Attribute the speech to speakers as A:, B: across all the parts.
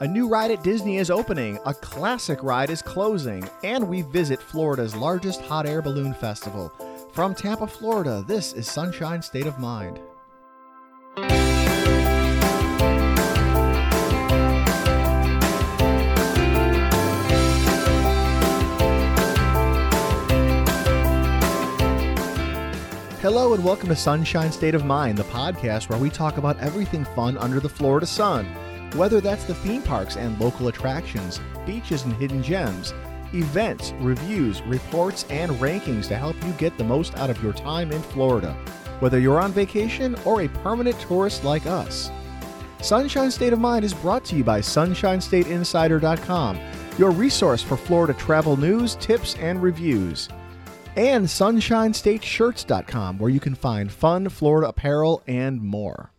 A: A new ride at Disney is opening, a classic ride is closing, and we visit Florida's largest hot air balloon festival. From Tampa, Florida, this is Sunshine State of Mind. Hello, and welcome to Sunshine State of Mind, the podcast where we talk about everything fun under the Florida sun. Whether that's the theme parks and local attractions, beaches and hidden gems, events, reviews, reports, and rankings to help you get the most out of your time in Florida, whether you're on vacation or a permanent tourist like us. Sunshine State of Mind is brought to you by SunshineStateInsider.com, your resource for Florida travel news, tips, and reviews and sunshinestateshirts.com where you can find fun Florida apparel and more.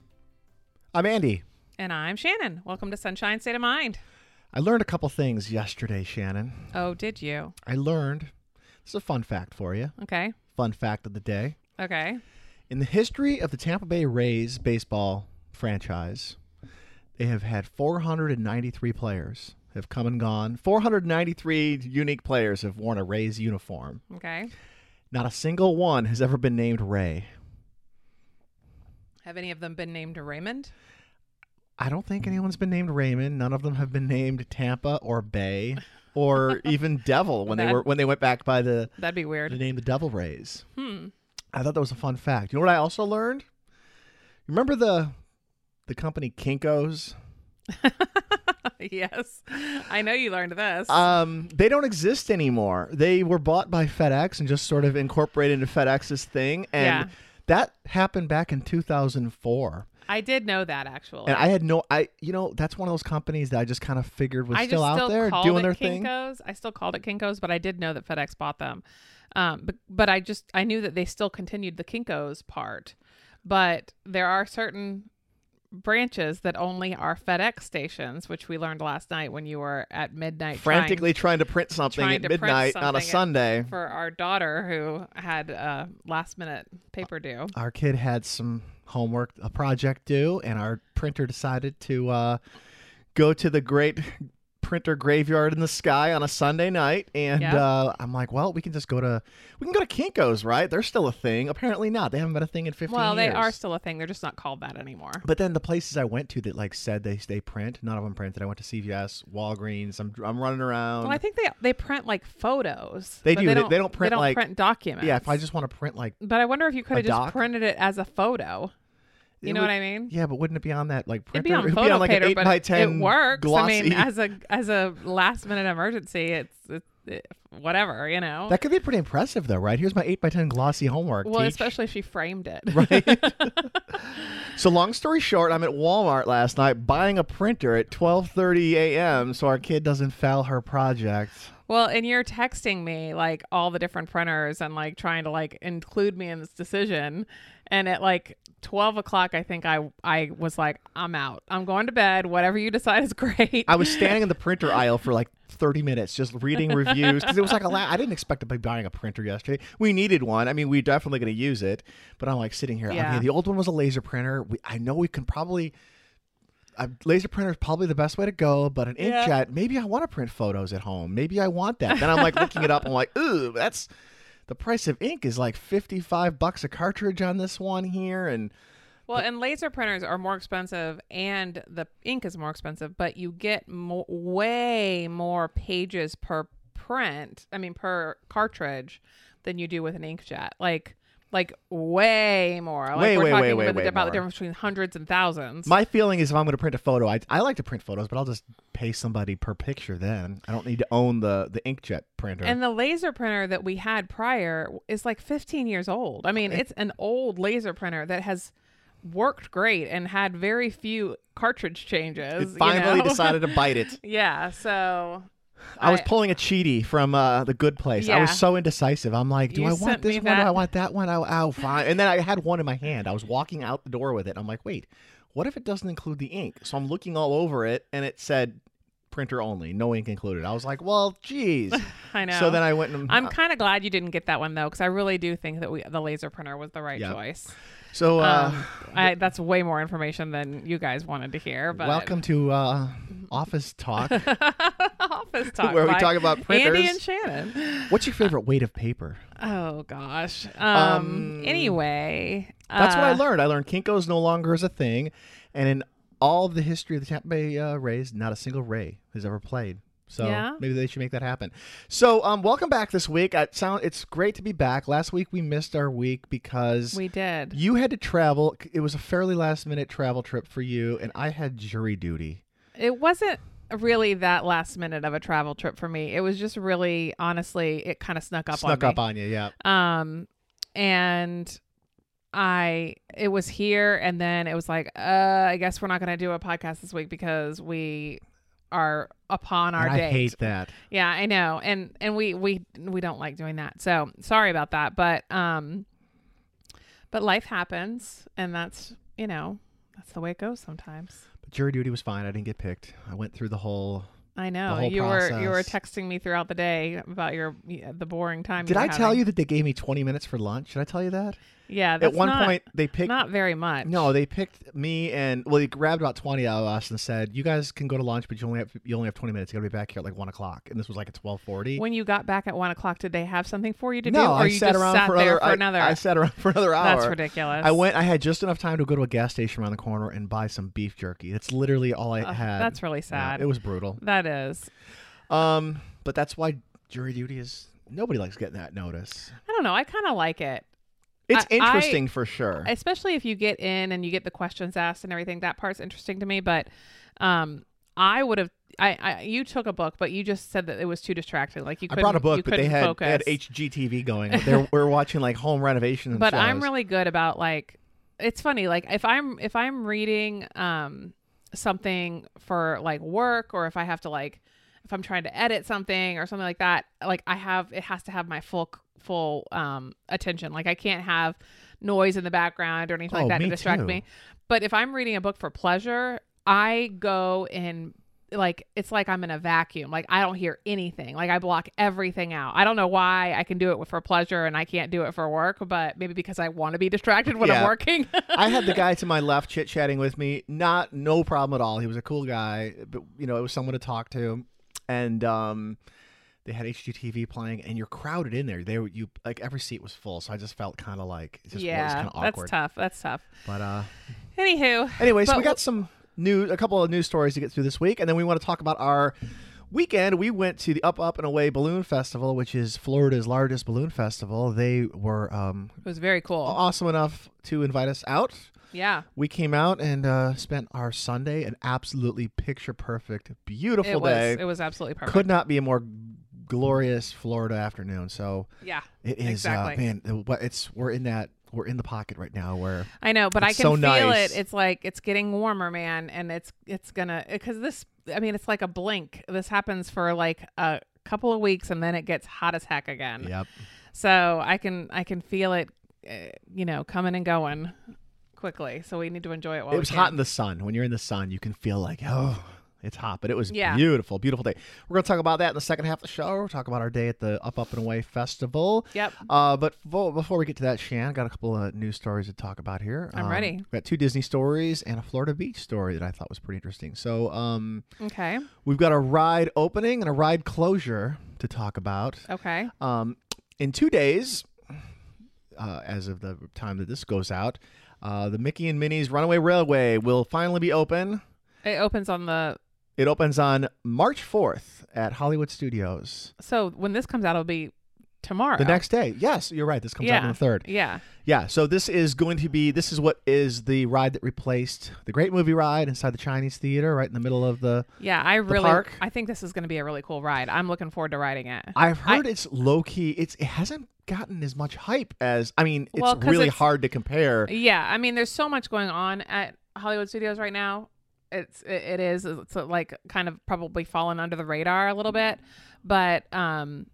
A: I'm Andy.
B: And I'm Shannon. Welcome to Sunshine State of Mind.
A: I learned a couple things yesterday, Shannon.
B: Oh, did you?
A: I learned this is a fun fact for you.
B: Okay.
A: Fun fact of the day.
B: Okay.
A: In the history of the Tampa Bay Rays baseball franchise, they have had 493 players have come and gone. 493 unique players have worn a Rays uniform.
B: Okay.
A: Not a single one has ever been named Ray.
B: Have any of them been named Raymond?
A: I don't
B: Hmm.
A: think anyone's been named Raymond. None of them have been named Tampa or Bay or even Devil when they
B: That-
A: were when they went back by the,
B: That'd be
A: the
B: weird.
A: name the Devil Rays.
B: Hmm.
A: I thought that was a fun fact. You know what I also learned? Remember the the company Kinkos? Mm.
B: yes. I know you learned this.
A: Um, they don't exist anymore. They were bought by FedEx and just sort of incorporated into FedEx's thing. And
B: Yeah.
A: that happened back in 2004.
B: I did know that actually.
A: And I had no, I you know, that's one of those companies that I just kind of figured was
B: I
A: still
B: just
A: out
B: still
A: there
B: called
A: doing
B: it
A: their thing.
B: Kinko's. I still called it Kinko's, but I did know that FedEx bought them. Um, but but I just I knew that they still continued the Kinko's part, but there are certain branches that only are FedEx stations, which we learned last night when you were at midnight trying
A: frantically trying, to print something
B: trying
A: at
B: to print
A: midnight on a
B: something at-
A: Sunday.
B: for our daughter who had a last minute paper due.
A: Our kid had some homework, a project due, and our printer decided to uh, go to the great printer graveyard in the sky on a Sunday night. And
B: Yeah.
A: uh, I'm like, well, we can just go to we can go to Kinkos, right? They're still a thing. Apparently not. They haven't been a thing in 15
B: Well, they
A: years. Um,
B: are still a thing. They're just not called that anymore.
A: But then the places I went to that like said they they print, none of them printed. I went to CVS, Walgreens. I'm I'm running around.
B: Well, I think they they print like photos.
A: They
B: but
A: do.
B: They
A: They-
B: don't,
A: they don't print, like-
B: print documents.
A: yeah, if I just want to print like
B: But I wonder if you could
A: A
B: have just
A: doc?
B: printed it as a photo. You
A: It
B: know
A: would-
B: what I mean?
A: Yeah, but wouldn't it be on that like printer?
B: It'd be on
A: It'd
B: photo
A: like
B: paper,
A: an eight
B: but
A: by
B: it-
A: ten
B: it works.
A: glossy.
B: I mean, as a as a last minute emergency, it's, it's it, whatever you know.
A: that could be pretty impressive, though, right? Here's my eight by ten glossy homework.
B: well,
A: teach.
B: especially if she framed it.
A: right. so long story short, I'm at Walmart last night buying a printer at 12:30 a.m. so our kid doesn't foul her project.
B: Well, and you're texting me like all the different printers and like trying to like include me in this decision. And at like twelve o'clock, I think I I was like, I'm out. I'm going to bed. Whatever you decide is great.
A: I was standing in the printer aisle for like 30 minutes just reading reviews because it was like a la- I didn't expect to be buying a printer yesterday. We needed one. I mean, we definitely going to use it, but I'm like sitting here.
B: Yeah.
A: Okay, the old one was a laser printer. We, I know we can probably. A laser printer is probably the best way to go, but an
B: Yeah.
A: inkjet, maybe I want to print photos at home. Maybe I want that. Then I'm like looking it up. I'm like, ooh, that's the price of ink is like 55 bucks a cartridge on this one here. And
B: Well, and laser printers are more expensive, and the ink is more expensive, but you get mo- way more pages per print. I mean, per cartridge, than you do with an inkjet. Like, like way more. Like
A: Way,
B: we're
A: way,
B: talking
A: way,
B: about,
A: way,
B: the,
A: way
B: about the
A: more.
B: difference between hundreds and thousands.
A: My feeling is if I'm going to print a photo, I, I like to print photos, but I'll just pay somebody per picture then. I don't need to own the, the inkjet printer.
B: and the laser printer that we had prior is like 15 years old. I mean, it's an old laser printer that has worked great and had very few cartridge
A: it
B: changes. you
A: finally
B: know?
A: decided to bite it.
B: Yeah, so
A: I, was
B: I-
A: pulling a cheaty from uh, the good place. I was
B: Yeah.
A: so indecisive. I'm like, do
B: You
A: I want
B: sent
A: this
B: me
A: one? Do
B: that.
A: I want that one? Oh, oh, fine. And then I had one in my hand. I was walking out the door with it. I'm like, wait, what if it doesn't include the ink? So I'm looking all over it, and it said printer only, no ink included. I was like, well, geez.
B: I know.
A: So then uh, I went and
B: I'm kind of glad you didn't get that one though, because I really do think that we the laser printer was the right
A: Yeah.
B: choice.
A: so uh,
B: Um, I, that's way more information than you guys wanted to hear. But
A: Welcome to uh, office talk
B: Office talk.
A: where we
B: by
A: talk about printers.
B: Andy and Shannon.
A: What's your favorite weight of paper?
B: Oh gosh. Um.
A: Um,
B: anyway.
A: That's what I
B: uh,
A: learned. I learned Kinko's no longer is a thing, and in all the history of the Tampa Bay uh, Rays, not a single Ray has ever played. So
B: Yeah.
A: maybe they should make that happen. So um, welcome back this week. It sound it's great to be back. Last week we missed our week because
B: We did.
A: you had to travel. It was a fairly last minute travel trip for you, and I had jury duty.
B: It wasn't really that last minute of a travel trip for me. It was just really, honestly, it kind of snuck up
A: Snuck
B: on me.
A: up on you, yeah.
B: um and i it was here and then it was like uh i guess we're not going to do a podcast this week because we are upon our
A: And I
B: date
A: hate that.
B: yeah i know and and we we we don't like doing that so sorry about that but um but life happens and that's you know that's the way it goes sometimes
A: But jury duty was fine. I didn't get picked. I went through the whole.
B: i know
A: whole
B: you were you were
A: process.
B: texting me throughout the day about your the boring time
A: Did
B: you were
A: I tell
B: having.
A: you that they gave me 20 minutes for lunch? Did I tell you that?
B: yeah that's
A: At one
B: not-
A: point, they picked
B: not very much
A: No, they picked me and well, they grabbed about twenty out of us and said, "You guys can go to lunch, but you only have you only have twenty minutes. You got to be back here at like one o'clock." And this was like at twelve forty.
B: when you got back at one o'clock, did they have something for you to do,
A: No,
B: or
A: I
B: you
A: sat
B: just
A: around
B: sat
A: for,
B: there
A: other,
B: for
A: I-
B: another?
A: I, sat around for another hour.
B: That's ridiculous.
A: I went. I had just enough time to go to a gas station around the corner and buy some beef jerky. That's literally all I
B: Ugh,
A: had.
B: That's really
A: Yeah,
B: sad.
A: it was brutal.
B: that is.
A: Um, but that's why jury duty is nobody likes getting that notice.
B: I don't know. I kind of like it,
A: It's
B: I- I-
A: interesting for sure.
B: especially if you get in and you get the questions asked and everything. That part's interesting to me. But, um, I would have. I, I you took a book, but you just said that it was too distracting. Like you.
A: I
B: Couldn't,
A: brought a
B: you
A: book, but they
B: couldn't
A: had,
B: focus.
A: they had HGTV going. They were watching like home renovations. and
B: but i'm
A: shows.
B: really good about like it's funny like if i'm if i'm reading um something for like work or if i have to like if i'm trying to edit something or something like that like i have it has to have my full full um attention like i can't have noise in the background or anything
A: Oh,
B: like that
A: me
B: to distract
A: too.
B: me but if i'm reading a book for pleasure i go in like it's like i'm in a vacuum like i don't hear anything like i block everything out i don't know why i can do it for pleasure and i can't do it for work but maybe because i want to be distracted when i'm
A: Yeah.
B: working
A: I had the guy to my left chit chatting with me. Not no problem at all. He was a cool guy, but you know, it was someone to talk to. And um, they had HGTV playing, and you're crowded in there. They were you like every seat was full, so I just felt kind of like it just was
B: yeah
A: kind of
B: that's
A: awkward.
B: tough that's tough
A: But uh,
B: anywho
A: anyways,
B: But
A: we got some new a couple of news stories to get through this week, and then we want to talk about our weekend. We went to the Up Up and Away Balloon Festival, which is Florida's largest balloon festival. They were um,
B: it was very cool
A: awesome enough to invite us out.
B: yeah
A: We came out and uh, spent our Sunday an absolutely picture perfect, beautiful
B: it was
A: day.
B: it was absolutely perfect
A: Could not be a more g- glorious Florida afternoon. So
B: yeah
A: it is,
B: Exactly.
A: uh, man. the- what- It's we're in that we're in the pocket right now. Where
B: I know, but I
A: It's
B: can
A: so
B: feel
A: nice.
B: it. It's like it's getting warmer, man, and it's it's gonna because this. I mean, it's like a blink. This happens for like a couple of weeks, and then it gets hot as heck again.
A: yep,
B: So I can I can feel it, uh, you know, coming and going quickly. So we need to enjoy it while
A: it was
B: we
A: hot
B: can.
A: in the sun. When you're in the sun, you can feel like oh. It's hot, but it was
B: Yeah.
A: beautiful, beautiful day. We're gonna talk about that in the second half of the show. We'll talk about our day at the Up Up and Away Festival.
B: Yep.
A: Uh, but fo- before we get to that, Shan, I got a couple of news stories to talk about here.
B: I'm
A: Um,
B: ready.
A: We've got two Disney stories and a Florida beach story that I thought was pretty interesting. So um,
B: Okay.
A: we've got a ride opening and a ride closure to talk about.
B: Okay.
A: Um, in two days, uh, as of the time that this goes out, uh, the Mickey and Minnie's Runaway Railway will finally be open.
B: It opens on the.
A: It opens on March 4th at Hollywood Studios.
B: So when this comes out, it'll be tomorrow.
A: The next day. Yes, you're right. This comes out on
B: Yeah.
A: the 3rd.
B: Yeah.
A: Yeah, so this is going to be this is what is the ride that replaced the Great Movie Ride inside the Chinese Theater, right in the middle of the.
B: Yeah. I really.
A: park?
B: I think this is going to be a really cool ride. I'm looking forward to riding it.
A: I've heard it's low key. It's it hasn't gotten as much hype as I mean, it's
B: Well, 'cause
A: really
B: it's-
A: hard to compare.
B: Yeah, I mean, there's so much going on at Hollywood Studios right now. It's it, it is it's uh, like kind of probably fallen under the radar a little bit, but um,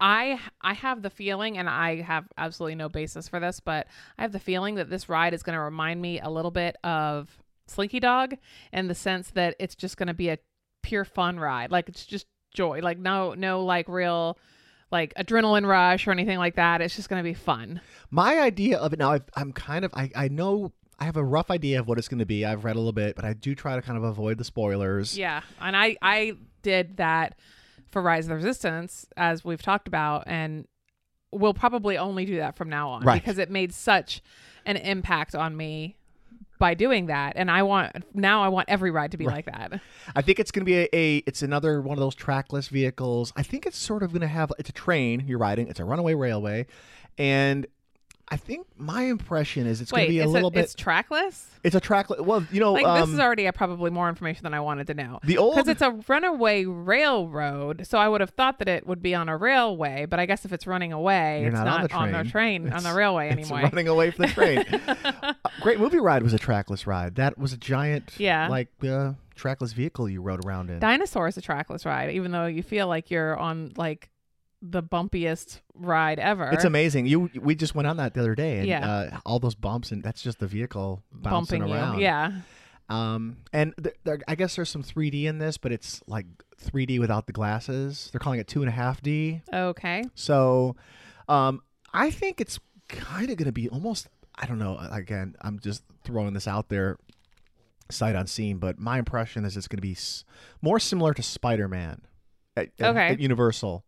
B: I I have the feeling, and I have absolutely no basis for this, but I have the feeling that this ride is going to remind me a little bit of Slinky Dog in the sense that it's just going to be a pure fun ride, like it's just joy, like no no like real like adrenaline rush or anything like that. It's just going to be fun.
A: My idea of it now, I've, I'm kind of I I know I I have a rough idea of what it's going to be. I've read a little bit, but I do try to kind of avoid the spoilers.
B: Yeah, and I I did that for Rise of the Resistance as we've talked about, and we'll probably only do that from now on
A: Right.
B: because it made such an impact on me by doing that, and I want now I want every ride to be like that.
A: I think it's going to be a, a it's another one of those trackless vehicles. I think it's sort of going to have it's a train you're riding. It's a runaway railway, and I think my impression is it's going
B: Wait,
A: to be a
B: it's,
A: little bit.
B: it's trackless.
A: It's a trackless. Well, you know,
B: Like
A: um,
B: this is already a, probably more information than I wanted to know.
A: the old
B: because it's a runaway railroad, so I would have thought that it would be on a railway. But I guess if it's running away,
A: You're
B: it's
A: not on the
B: the
A: train.
B: train on the
A: It's-
B: railway
A: it's
B: anyway.
A: running away from the train. A Great movie ride was a trackless ride. That was a giant,
B: Yeah.
A: like uh, trackless vehicle you rode around in.
B: Dinosaur is a trackless ride, even though you feel like you're on like the bumpiest ride ever.
A: It's amazing. You we just went on that the other day, and
B: Yeah.
A: uh, all those bumps, and that's just the vehicle bouncing
B: bumping
A: around.
B: you. Yeah,
A: Um, and th- there, I guess there's some 3D in this, but it's like 3D without the glasses. They're calling it two and a half D.
B: okay.
A: So, um, I think it's kind of going to be almost. I don't know. uh, Again, I'm just throwing this out there, sight unseen. But my impression is it's going to be s- more similar to Spider-Man at, at-
B: Okay.
A: at Universal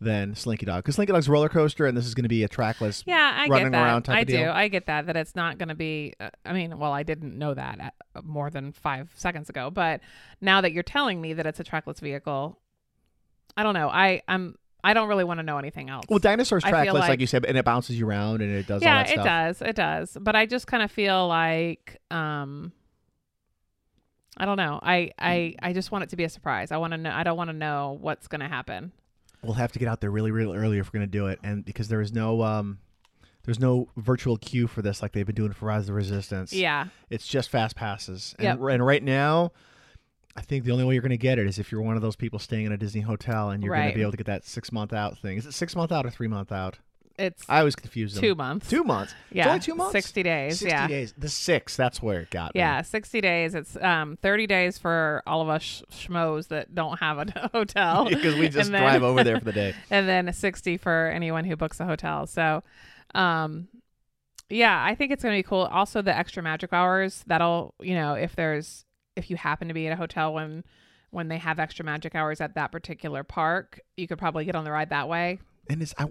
A: than Slinky Dog because Slinky Dog's a roller coaster, and this is going to be a trackless.
B: Yeah, I
A: Running
B: get that.
A: around type
B: I
A: of
B: do.
A: deal.
B: I get that. That it's not going to be. Uh, I mean, well, I didn't know that uh more than five seconds ago, but now that you're telling me that it's a trackless vehicle, I don't know. I I'm I don't really want to know anything else.
A: Well, dinosaurs
B: I feel
A: trackless, like,
B: like-
A: you said, and it bounces you around and it does all
B: yeah,
A: that stuff.
B: it does. It does. But I just kind of feel like um I don't know. I
A: Mm.
B: I I just want it to be a surprise. I want to know I don't want to know what's going to happen.
A: We'll have to get out there really, really early if we're going to do it, and because there is no um, there's no virtual queue for this like they've been doing for Rise of the Resistance.
B: Yeah.
A: It's just fast passes. And,
B: Yep.
A: r- and right now, I think the only way you're going to get it is if you're one of those people staying in a Disney hotel and you're going
B: Right.
A: to be able to get that six month out thing. Is it six month out or three month out?
B: It's
A: I always confuse them.
B: two months.
A: Two months.
B: yeah.
A: It's only two months.
B: 60 days.
A: 60
B: yeah.
A: days. The six. That's where it got me.
B: Yeah, 60 days. It's um 30 days for all of us sh- schmoes that don't have a hotel.
A: Because we
B: And
A: just
B: then-
A: drive over there for the day.
B: and then 60 for anyone who books a hotel. So, um, yeah, I think it's going to be cool. Also, the extra magic hours that'll, you know, if there's, if you happen to be at a hotel when, when they have extra magic hours at that particular park, you could probably get on the ride that way.
A: And it's, I, uh,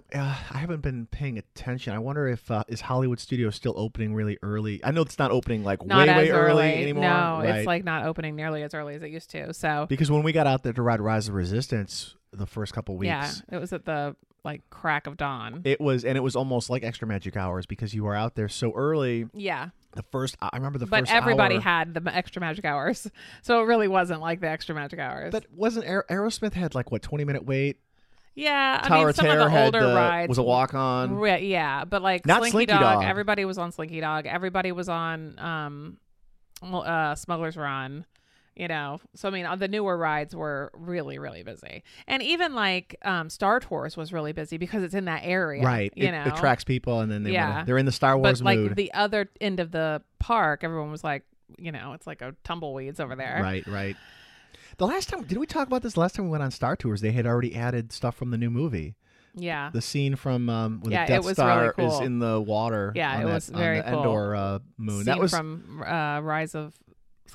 A: I haven't been paying attention. I wonder if uh, is Hollywood Studio still opening really early? I know it's not opening like
B: Not
A: way,
B: as
A: way
B: early.
A: early anymore.
B: No,
A: Right.
B: it's like not opening nearly as early as it used to. So,
A: because when we got out there to ride Rise of Resistance the first couple weeks,
B: yeah, it was at the like crack of dawn.
A: It was, and it was almost like extra magic hours because you were out there so early.
B: yeah.
A: The first, I remember the
B: But
A: first.
B: everybody
A: hour-
B: had the ma- extra magic hours. So it really wasn't like the extra magic hours.
A: But wasn't Aer- Aerosmith had like what twenty minute wait?
B: Yeah, I
A: Tower
B: mean,
A: of
B: some
A: Terror
B: of the
A: had
B: older
A: the-
B: rides
A: was a walk on.
B: re- yeah, but like
A: Not
B: Slinky,
A: Slinky
B: Dog,
A: Dog.
B: everybody was on Slinky Dog. Everybody was on um, well, uh, Smuggler's Run. You know, so I mean, uh, the newer rides were really, really busy, and even like um, Star Tours was really busy because it's in that area,
A: Right,
B: You
A: it
B: know,
A: attracts people, and then they
B: Yeah.
A: wanna, they're in the Star
B: but
A: Wars
B: like
A: mood.
B: the other end of the park, everyone was like, you know, it's like a tumbleweeds over there,
A: right, right. The last time, did we talk about this? Last time we went on Star Tours, they had already added stuff from the new movie.
B: Yeah,
A: The scene from um, when
B: Yeah,
A: the Death
B: it was
A: Star
B: really
A: is
B: cool.
A: in the water.
B: Yeah,
A: on
B: it
A: that-
B: was
A: on
B: very
A: the
B: cool.
A: Endor uh, moon. that
B: Scene
A: was
B: from uh, Rise of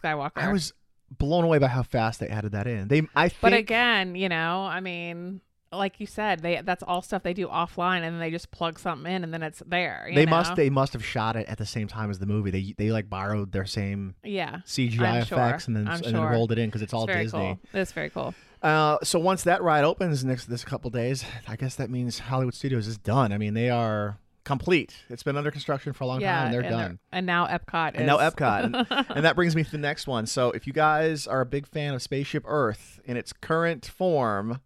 B: Skywalker.
A: I was blown away by how fast they added that in. They, I think,
B: But again, you know, I mean, like you said, they that's all stuff they do offline, and then they just plug something in, and then it's there. you
A: they
B: know?
A: must they must have shot it at the same time as the movie. They they like borrowed their same
B: yeah,
A: CGI
B: I'm sure.
A: effects and then
B: I'm
A: and then
B: sure.
A: rolled it in because it's all
B: it's very
A: Disney.
B: cool. That's very cool.
A: Uh, so once that ride opens next this couple days, I guess that means Hollywood Studios is done. I mean they are complete. It's been under construction for a long
B: yeah,
A: time and they're done.
B: and now Epcot
A: and
B: is
A: now Epcot. And, and that brings me to the next one. So, if you guys are a big fan of Spaceship Earth in its current form,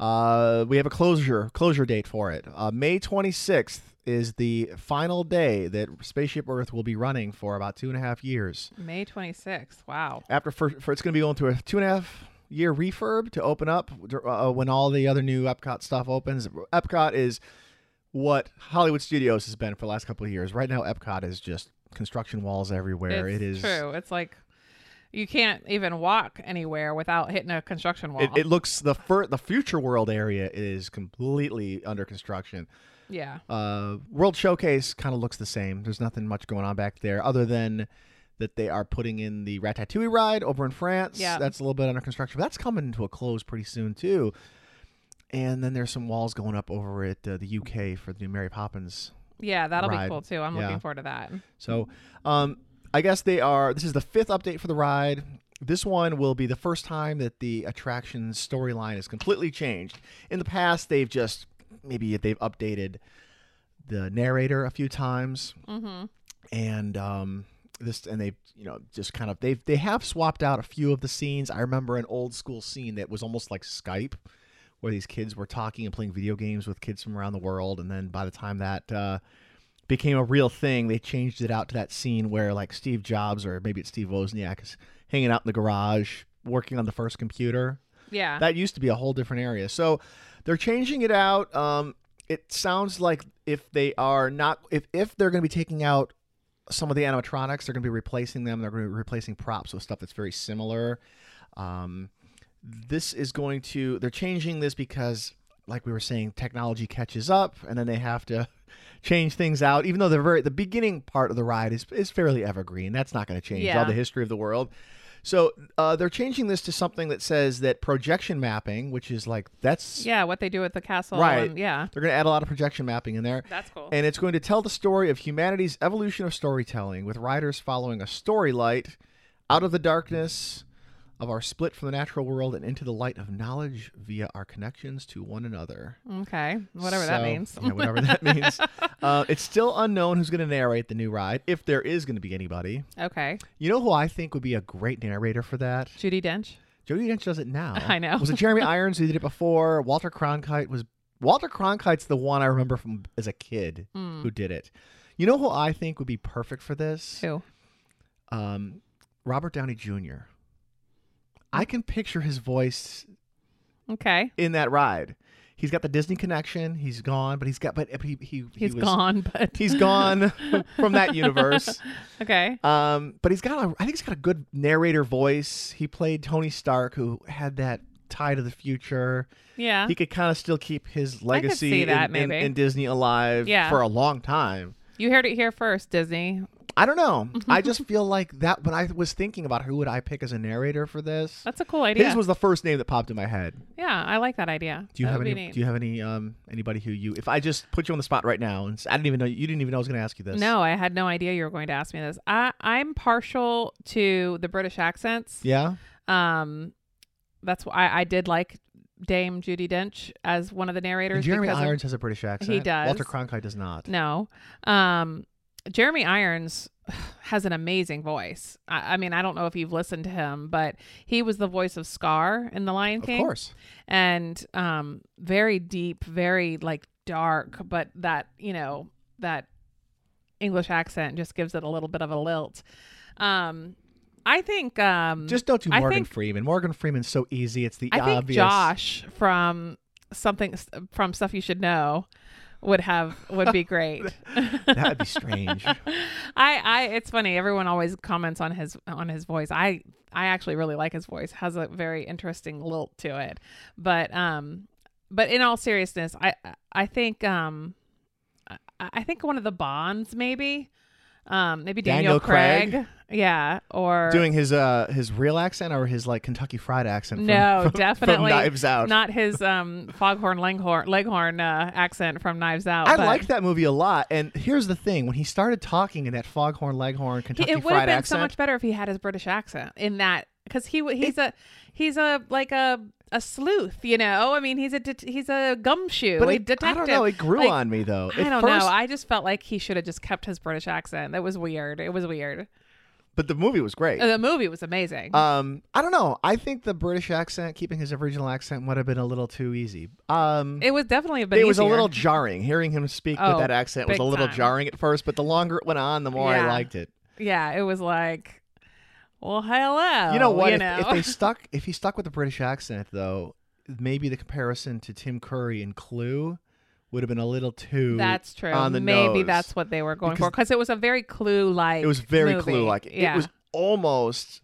A: uh, we have a closure closure date for it. Uh, May 26th is the final day that Spaceship Earth will be running for about two and a half years.
B: May 26th. Wow.
A: After for, for it's going to be going through a two and a half year refurb to open up uh, when all the other new Epcot stuff opens. Epcot is what Hollywood Studios has been for the last couple of years. Right now, Epcot is just construction walls everywhere.
B: it's
A: It is-
B: true. It's like you can't even walk anywhere without hitting a construction wall.
A: It, it looks the fir- the future world area is completely under construction.
B: Yeah.
A: Uh, World Showcase kind of looks the same. There's nothing much going on back there other than that they are putting in the Ratatouille ride over in France.
B: Yeah.
A: That's a little bit under construction, but that's coming to a close pretty soon too. And then there's some walls going up over at uh, the UK for the new Mary Poppins
B: Yeah, that'll
A: Ride.
B: be cool too. I'm
A: Yeah.
B: looking forward to that.
A: so, um, I guess they are. This is the fifth update for the ride. This one will be the first time that the attraction's storyline is completely changed. In the past, they've just maybe they've updated the narrator a few times,
B: Mm-hmm.
A: and um, this and they've you know just kind of they've they have swapped out a few of the scenes. I remember an old school scene that was almost like Skype, where these kids were talking and playing video games with kids from around the world, and then by the time that uh, became a real thing, they changed it out to that scene where like Steve Jobs or maybe it's Steve Wozniak is hanging out in the garage working on the first computer.
B: Yeah.
A: That used to be a whole different area. So they're changing it out. Um, it sounds like if they are not, if, if they're going to be taking out some of the animatronics, they're going to be replacing them. They're going to be replacing props with stuff that's very similar. Um, this is going to, they're changing this because, like we were saying, technology catches up and then they have to change things out, even though the very, the beginning part of the ride is, is fairly evergreen. That's not going to change all
B: Yeah.
A: the history of the world. So uh, they're changing this to something that says that projection mapping, which is like that's
B: yeah. What they do at the castle.
A: Right.
B: and- yeah.
A: they're going to add a lot of projection mapping in there,
B: That's cool.
A: and it's going to tell the story of humanity's evolution of storytelling, with riders following a story light out of the darkness of our split from the natural world and into the light of knowledge via our connections to one another.
B: okay. Whatever that
A: So-
B: means.
A: yeah, whatever that means. Uh, it's still unknown who's going to narrate the new ride, if there is going to be anybody.
B: Okay.
A: You know who I think would be a great narrator for that?
B: Judy Dench.
A: Jodie Dench does it now.
B: I know.
A: Was it Jeremy Irons who did it before? Walter Cronkite was Walter Cronkite's the one I remember from as a kid
B: Mm.
A: who did it. You know who I think would be perfect for this?
B: Who?
A: Um, Robert Downey Jr.
B: Mm.
A: I can picture his voice
B: Okay.
A: in that ride. He's got the Disney connection. He's gone, but he's got but he he, he
B: He's
A: was,
B: gone, but
A: He's gone from that universe.
B: okay.
A: Um, but he's got a, I think he's got a good narrator voice. He played Tony Stark, who had that tie to the future.
B: Yeah.
A: He could kind of still keep his
B: I could
A: legacy
B: see that,
A: in, in-
B: maybe.
A: in Disney alive
B: Yeah.
A: for a long time.
B: you heard it here first, Disney.
A: I don't know. I just feel like that when I was thinking about who would I pick as a narrator for this,
B: That's a cool idea.
A: his was the first name that popped in my head.
B: yeah, I like that idea.
A: Do you
B: That
A: have
B: would be
A: any?
B: neat.
A: Do you have any? Um, anybody who you? If I just put you on the spot right now, and s- I didn't even know you didn't even know I was going to ask you this.
B: No, I had no idea you were going to ask me this. I I'm partial to the British accents.
A: Yeah.
B: Um, that's why I, I did like Dame Judy Dench as one of the narrators.
A: And Jeremy
B: because of-
A: Irons has a British accent.
B: does.
A: Walter Cronkite does not.
B: no, um, Jeremy Irons has an amazing voice. I, I mean, I don't know if you've listened to him, but he was the voice of Scar in The Lion
A: Of
B: King.
A: course.
B: and um very deep very like dark but that you know that english accent just gives it a little bit of a lilt um i think um
A: Just don't do
B: I
A: Morgan
B: think-
A: Freeman. Morgan Freeman's so easy. It's the
B: i think
A: obvious.
B: josh from something from stuff you should know would have would be great
A: That would be strange.
B: I, I it's funny everyone always comments on his on his voice i i actually really like his voice has a very interesting lilt to it but um but in all seriousness i i think um i, I think one of the bonds maybe um maybe
A: Daniel
B: daniel,
A: Craig?
B: craig. yeah or
A: Doing his uh his real accent or his like Kentucky Fried accent? From,
B: No,
A: from- From
B: definitely
A: Knives Out.
B: not his um foghorn leghorn leghorn uh, accent from knives out
A: I
B: but
A: liked that movie a lot. And here's the thing: when he started talking in that Foghorn Leghorn
B: he-
A: Kentucky
B: it would have
A: Fried
B: been
A: accent,
B: so much better if he had his British accent in that because he w- he's a he's a like a a sleuth, you know. I mean, he's a det- he's a gumshoe,
A: but
B: a
A: it, I
B: detective.
A: don't know. It grew
B: Like,
A: on me though.
B: I
A: At
B: don't
A: first,
B: know. I just felt like he should have just kept his British accent. That was weird. It was weird.
A: but the movie was great.
B: Uh, The movie was amazing.
A: um, I don't know. I think the British accent, keeping his original accent, would have been a little too easy. Um,
B: it was definitely a bit.
A: it was a
B: easier.
A: little jarring. Hearing him speak
B: Oh,
A: with that accent was
B: big
A: a little
B: time.
A: jarring at first, but the longer it went on, the more I
B: Yeah.
A: liked it.
B: Yeah, it was like, well, hello.
A: you know what?
B: Oh, You
A: if,
B: know?
A: if they stuck, if he stuck with the British accent, though, maybe the comparison to Tim Curry in Clue would have been a little too.
B: that's true.
A: on the
B: Maybe
A: nose.
B: that's what they were going
A: Because-
B: for because it was a very clue like.
A: It was very
B: movie.
A: Clue like.
B: Yeah.
A: It was almost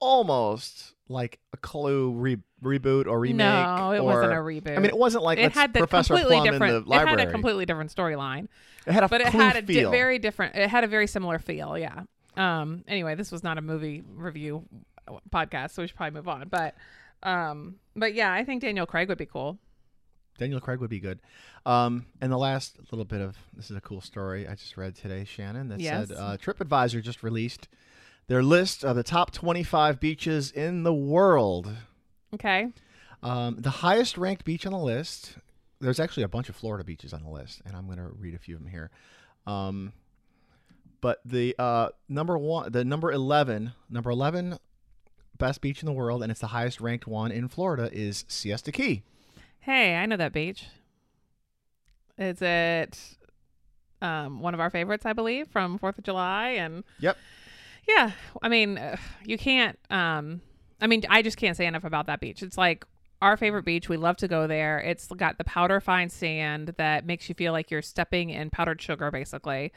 A: almost like a Clue re- reboot or remake.
B: no, it
A: or,
B: wasn't a reboot.
A: I mean, it wasn't like
B: it
A: let's
B: had the
A: Professor
B: completely
A: Plum in
B: different.
A: the library.
B: It had a completely different storyline,
A: It had a
B: but it
A: Clue
B: had a di-
A: feel.
B: very different. It had a very similar feel. Yeah. Um. Anyway, this was not a movie review podcast, so we should probably move on. But, um. But yeah, I think Daniel Craig would be cool.
A: Daniel Craig would be good. Um, and the last little bit of this is a cool story I just read today, Shannon, that
B: Yes.
A: said uh, TripAdvisor just released their list of the top 25 beaches in the world.
B: Okay.
A: Um, the highest ranked beach on the list, there's actually a bunch of Florida beaches on the list, and I'm going to read a few of them here. Um, but the uh, number one, the number 11, number 11 best beach in the world, and it's the highest ranked one in Florida is Siesta Key.
B: Hey, I know that beach. Is it um, one of our favorites, I believe, from Fourth of July? And
A: Yep.
B: yeah, I mean, ugh, you can't. Um, I mean, I just can't say enough about that beach. It's like our favorite beach. We love to go there. It's got the powder fine sand that makes you feel like you're stepping in powdered sugar, basically.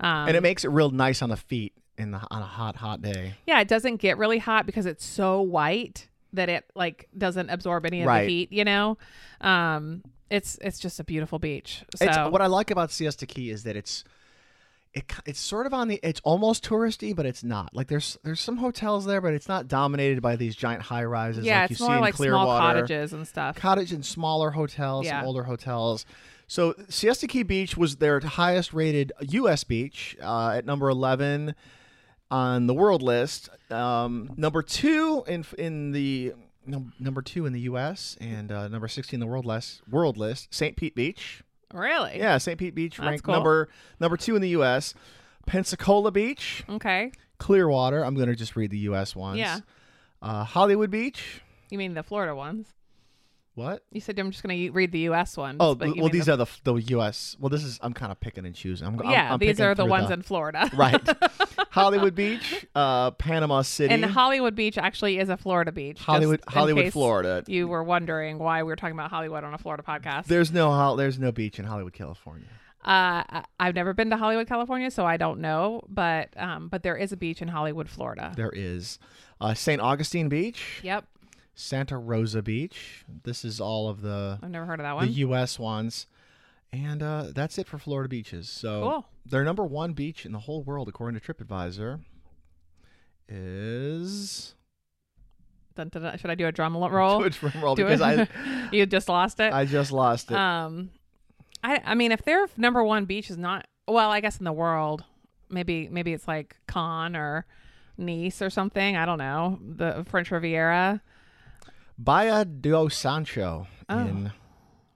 B: Um,
A: and it makes it real nice on the feet in the, on a hot, hot day.
B: yeah, it doesn't get really hot because it's so white that it like doesn't absorb any of
A: Right.
B: the heat. You know, um, it's it's just a beautiful beach. So
A: It's what I like about Siesta Key is that it's it, ki- it's sort of on the it's almost touristy, but it's not. Like there's there's some hotels there, but it's not dominated by these giant high rises
B: yeah,
A: like
B: it's
A: you
B: more
A: see in
B: like
A: Clearwater.
B: small cottages and stuff.
A: Cottage and smaller hotels, some
B: Yeah.
A: older hotels. So Siesta Key Beach was their highest rated U.S. beach uh, at number eleven on the world list. Um, number two in in the num- number two in the U.S. and uh, number sixteen in the world list. World list St. Pete Beach.
B: Really?
A: Yeah, St. Pete Beach
B: That's
A: ranked
B: cool.
A: number number two in the U.S. Pensacola Beach,
B: Okay.
A: Clearwater. I'm going to just read the U.S. ones.
B: Yeah.
A: Uh, Hollywood Beach.
B: You mean the Florida ones?
A: What?
B: You said I'm just going to read the U.S. ones.
A: Oh,
B: but you
A: well,
B: mean
A: these
B: the,
A: are the the U.S. Well, this is I'm kind of picking and choosing. I'm, I'm-
B: yeah,
A: I'm
B: these
A: picking
B: are the
A: through
B: ones in Florida.
A: right. Hollywood Beach, uh, Panama City,
B: and Hollywood Beach actually is a Florida beach. just
A: Hollywood,
B: in
A: Hollywood,
B: case
A: Florida.
B: You were wondering why we were talking about Hollywood on a Florida podcast.
A: There's no hol- there's no beach in Hollywood, California.
B: Uh, I- I've never been to Hollywood, California, so I don't know. But um, but there is a beach in Hollywood, Florida.
A: There is uh, St. Augustine Beach,
B: Yep,
A: Santa Rosa Beach. This is all of the
B: I've never heard of that
A: the
B: one.
A: U.S. ones, and uh, that's it for Florida beaches. So
B: Cool.
A: their number one beach in the whole world, according to TripAdvisor, is
B: Dun, dun, dun. Should I do a drum lo- roll?
A: Do a drum roll
B: Do
A: because I
B: it. you just lost it.
A: I just lost it.
B: Um, I I mean, if their number one beach is not well, I guess in the world, maybe maybe it's like Cannes or Nice or something. I don't know the French Riviera.
A: Baía do Sancho
B: Oh.
A: in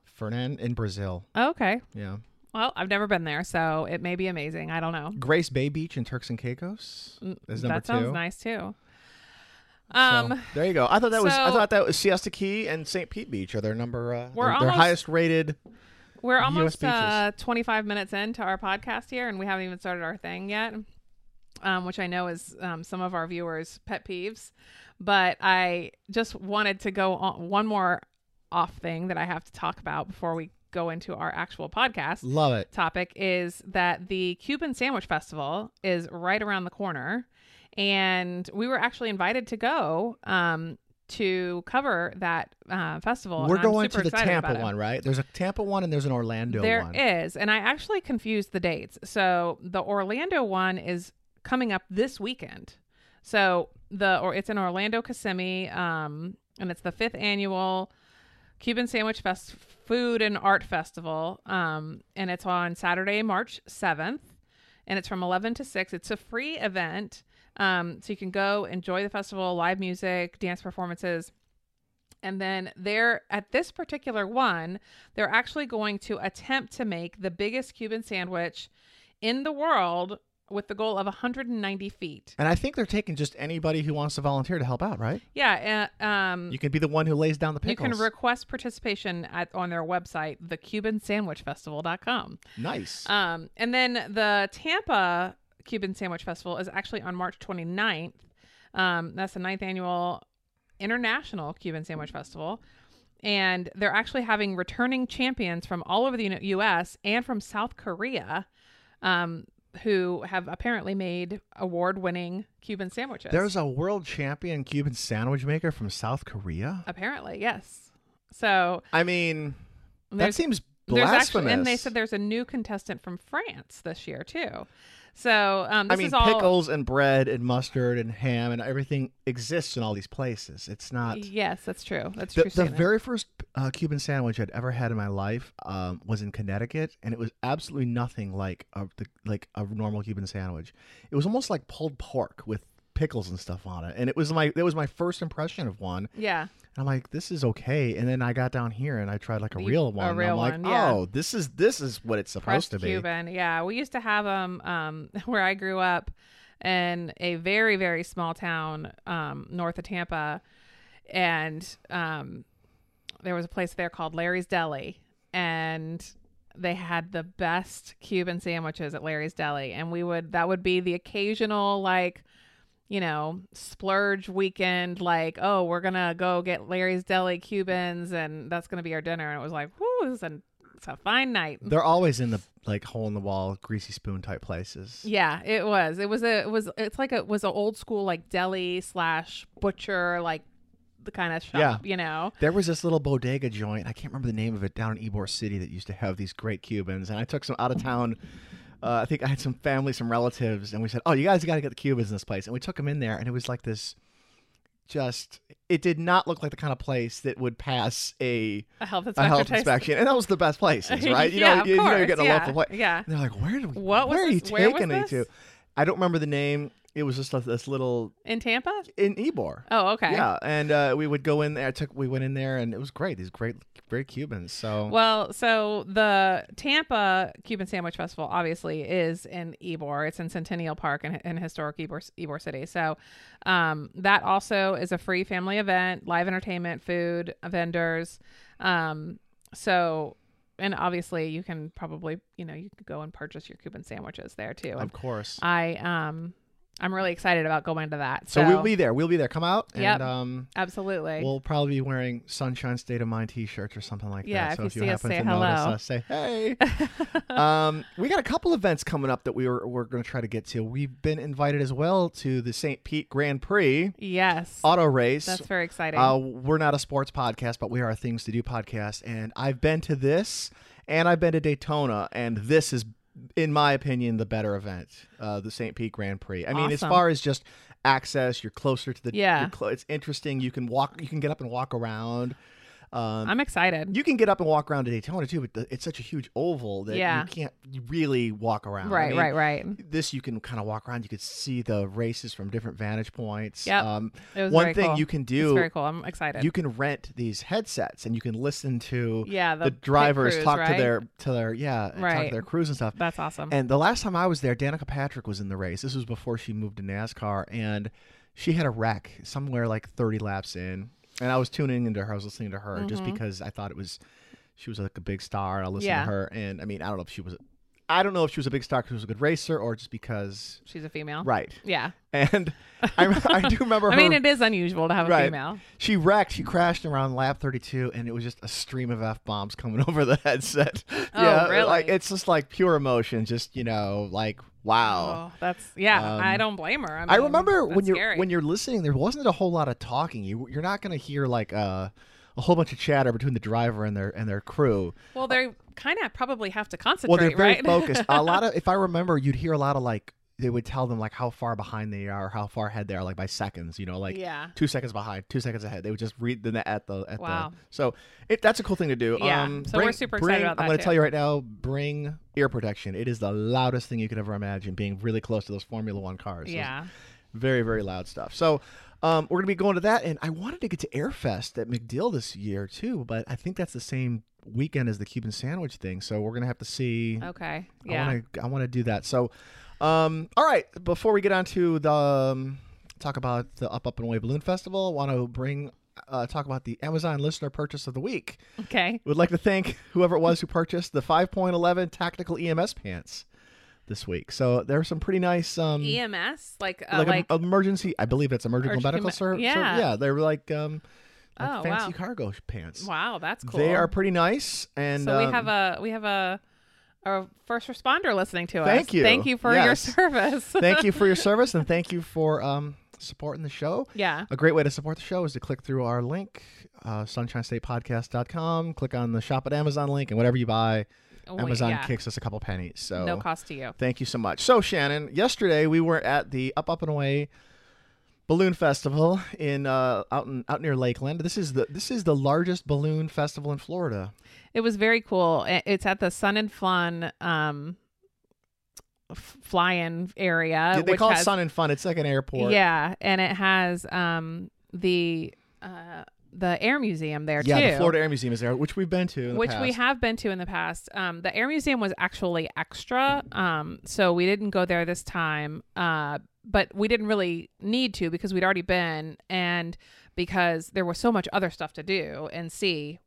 A: Fernand in Brazil.
B: Okay,
A: Yeah,
B: well, I've never been there, so it may be amazing. I don't know.
A: Grace Bay Beach in Turks and Caicos is number
B: Mm, that sounds
A: two.
B: nice too.
A: So,
B: Um,
A: there you go. I thought that was I
B: so-
A: thought that was Siesta Key and St. Pete Beach are their number uh,
B: We're
A: their, their
B: almost-
A: highest rated.
B: We're
A: US
B: almost
A: beaches.
B: uh, 25 minutes into our podcast here, and we haven't even started our thing yet, um, which I know is um, some of our viewers' pet peeves. But I just wanted to go on one more off thing that I have to talk about before we go into our actual podcast
A: Love it.
B: topic is that the Cuban Sandwich Festival is right around the corner. And we were actually invited to go um, to cover that uh, festival.
A: We're
B: and I'm
A: going to
B: super
A: the
B: excited
A: Tampa
B: about it.
A: one, right? There's a Tampa one and there's an Orlando
B: There is,
A: one.
B: and I actually confused the dates. So the Orlando one is coming up this weekend. So the or it's in Orlando Kissimmee, um, and it's the fifth annual Cuban Sandwich Fest Food and Art Festival, um, and it's on Saturday, March seventh, and it's from eleven to six. It's a free event, um, so you can go enjoy the festival, live music, dance performances. And then they're at this particular one, they're actually going to attempt to make the biggest Cuban sandwich in the world with the goal of 190 feet.
A: And I think they're taking just anybody who wants to volunteer to help out, right?
B: Yeah, uh, um,
A: You can be the one who lays down the
B: you
A: pickles.
B: can request participation at, on their website, thecubansandwichfestival.com.
A: nice.
B: Um, and then the Tampa Cuban Sandwich Festival is actually on March 29th. Um, that's the ninth annual International Cuban Sandwich Festival. And they're actually having returning champions from all over the U- U.S. and from South Korea um, who have apparently made award-winning Cuban sandwiches.
A: There's a world champion Cuban sandwich maker from South Korea.
B: apparently, yes. So
A: I mean, that
B: There's-
A: seems
B: There's
A: blasphemous.
B: actually, and they said there's a new contestant from France this year too. So um,
A: I
B: this
A: mean,
B: is all.
A: pickles and bread and mustard and ham and everything exists in all these places. It's not.
B: Yes, that's true. That's
A: The, the
B: true. statement.
A: very first uh, Cuban sandwich I'd ever had in my life um, was in Connecticut, and it was absolutely nothing like a the, like a normal Cuban sandwich. It was almost like pulled pork with pickles and stuff on it, and it was my that was my first impression of one.
B: yeah,
A: And I'm like, this is okay. And then I got down here and I tried like a
B: You-
A: real
B: a
A: one. and
B: real
A: I'm like,
B: one, yeah.
A: oh, this is this is what it's supposed
B: pressed
A: to be.
B: Cuban. Yeah, we used to have them um, where I grew up in a very very small town um, north of Tampa, and um, there was a place there called Larry's Deli, and they had the best Cuban sandwiches at Larry's Deli, and we would that would be the occasional like you know, splurge weekend, like, oh, we're gonna go get Larry's Deli Cubans and that's gonna be our dinner. And it was like, whoo, this is a, it's a fine night.
A: They're always in the like hole in the wall, greasy spoon type places.
B: Yeah, it was. It was a it was it's like a, it was an old school like deli slash butcher like the kind of shop,
A: Yeah.
B: you know.
A: There was this little bodega joint. I can't remember the name of it down in Ybor City that used to have these great Cubans. And I took some out of town. Uh, I think I had some family, some relatives, and we said, "Oh, you guys got to get the Cubans in this place." And we took them in there, and it was like this. Just it did not look like the kind of place that would pass a,
B: A health
A: a
B: inspection.
A: health inspection, and that was the best places, right? You
B: yeah,
A: know,
B: of
A: you, you know, you're
B: course,
A: getting a
B: yeah,
A: lawful place.
B: Yeah.
A: And they're like, "Where do we?
B: What was
A: where
B: this?
A: are you
B: Where was
A: taking me to?"
B: this?
A: I don't remember the name. It was just a, this little
B: In Tampa?
A: in Ebor.
B: Oh, okay.
A: Yeah, and uh, we would go in there. I took we went in there, and it was great. These great, great Cubans. So
B: Well, so the Tampa Cuban Sandwich Festival obviously is in Ybor. It's in Centennial Park in, in historic Ybor, Ybor City. So um, that also is a free family event, live entertainment, food, vendors. Um, so, and obviously you can probably, you know, you could go and purchase your Cuban sandwiches there too. And
A: of course.
B: I, um, I'm really excited about going to that.
A: so we'll be there. We'll be there. Come out, and
B: Yep.
A: um,
B: absolutely.
A: we'll probably be wearing Sunshine State of Mind T-shirts or something like
B: Yeah,
A: that.
B: if
A: So
B: you
A: if you
B: see us,
A: happen
B: say
A: to notice
B: hello.
A: us, say hey. um, we got a couple events coming up that we were we're going to try to get to. We've been invited as well to the St. Pete Grand Prix
B: yes.
A: auto race.
B: That's very exciting.
A: Uh, we're not a sports podcast, but we are a Things to Do podcast. And I've been to this, and I've been to Daytona, and this is, in my opinion, the better event, uh, the St. Pete Grand Prix. I mean, as
B: Awesome.
A: far as just access, you're closer to the.
B: Yeah.
A: you're clo- it's interesting. You can walk. You can get up and walk around. Um,
B: I'm excited.
A: you can get up and walk around to Daytona too, but the, it's such a huge oval that
B: Yeah.
A: you can't really walk around. I
B: right,
A: mean,
B: right, right.
A: This you can kind of walk around. You could see the races from different vantage points.
B: Yep.
A: Um,
B: It was
A: one
B: very
A: thing
B: cool.
A: you can
B: It's
A: do
B: very cool. I'm excited.
A: you can rent these headsets and you can listen to
B: yeah, the,
A: the,
B: pit
A: drivers
B: crews,
A: talk
B: right?
A: to their to their yeah talk to
B: Right. Mm-hmm.
A: their crews and stuff.
B: That's awesome.
A: And the last time I was there, Danica Patrick was in the race. This was before she moved to NASCAR, and she had a wreck somewhere like 30 laps in. And I was tuning into her. I was listening to her just
B: Mhm.
A: because I thought it was she was like a big star. I listened
B: Yeah.
A: to her, and I mean I don't know if she was I don't know if she was a big star because she was a good racer or just because
B: She's a female.
A: right.
B: Yeah.
A: And I, I do remember.
B: I
A: her
B: mean, it is unusual to have a
A: Right.
B: female.
A: she wrecked. She crashed around lap 32, and it was just a stream of f bombs coming over the headset.
B: Oh, really?
A: Like it's just like pure emotion. Just you know, like wow.
B: Oh, that's yeah.
A: Um,
B: I don't blame her. Oh, I, mean,
A: I remember when
B: that's
A: you're
B: scary.
A: when you're listening, there wasn't a whole lot of talking. You you're not gonna hear like uh, a whole bunch of chatter between the driver and their and their crew.
B: well, they kind of probably have to concentrate.
A: Well, they're very
B: right?
A: focused. A lot of, if I remember, you'd hear a lot of like they would tell them like how far behind they are, how far ahead they are, like by seconds. You know, like
B: yeah.
A: two seconds behind, two seconds ahead. They would just read the at the at
B: Wow.
A: the. So it, that's a cool thing to do.
B: Yeah.
A: Um,
B: So we're
A: bring-
B: super
A: bring-
B: excited about
A: I'm
B: that
A: going to
B: too.
A: tell you right now. Bring ear protection. It is the loudest thing you could ever imagine. Being really close to those Formula One cars. Those
B: Yeah.
A: very very loud stuff. So. Um, we're gonna be going to that, and I wanted to get to Airfest at McDill this year too, but I think that's the same weekend as the Cuban sandwich thing. So we're gonna have to see.
B: Okay.
A: I
B: Yeah.
A: want to I want to do that. So, um, all right. Before we get on to the um, talk about the Up Up and Away Balloon Festival, I want to bring uh, talk about the Amazon listener purchase of the week.
B: Okay.
A: Would like to thank whoever it was who purchased the 5.11 tactical EMS pants this week. So there are some pretty nice. Um,
B: EMS, like uh,
A: like,
B: like
A: em- emergency, I believe it's emergency
B: Urgent
A: medical
B: com-
A: service.
B: yeah.
A: yeah, they're like, um, like
B: Oh,
A: fancy
B: wow.
A: cargo pants.
B: wow, that's cool.
A: They are pretty nice, and
B: so we
A: um,
B: have a we have a a first responder listening to us.
A: Thank you.
B: Thank you for your
A: Yes.
B: service.
A: thank you for your service and thank you for um, supporting the show.
B: yeah.
A: A great way to support the show is to click through our link, uh, sunshinestatepodcast.com, click on the shop at Amazon link, and whatever you buy,
B: We-
A: Amazon
B: Oh, yeah.
A: kicks us a couple pennies. So
B: No cost to you.
A: thank you so much. So, Shannon, yesterday we were at the Up, Up, and Away Balloon Festival in uh, out in out near Lakeland. This is the this is the largest balloon festival in Florida.
B: It was very cool. I- It's at the Sun and Fun um, f- fly-in area.
A: they
B: Uh, which
A: call it
B: has-
A: Sun and Fun. It's like an airport.
B: Yeah, and it has um, the uh, the Air Museum there
A: Yeah,
B: too.
A: the Florida Air Museum is there, which we've been to. in the
B: which we
A: past.
B: have been to in the past. Um, the Air Museum was actually extra, um, so we didn't go there this time. Uh, but we didn't really need to because we'd already been, and because there was so much other stuff to do and see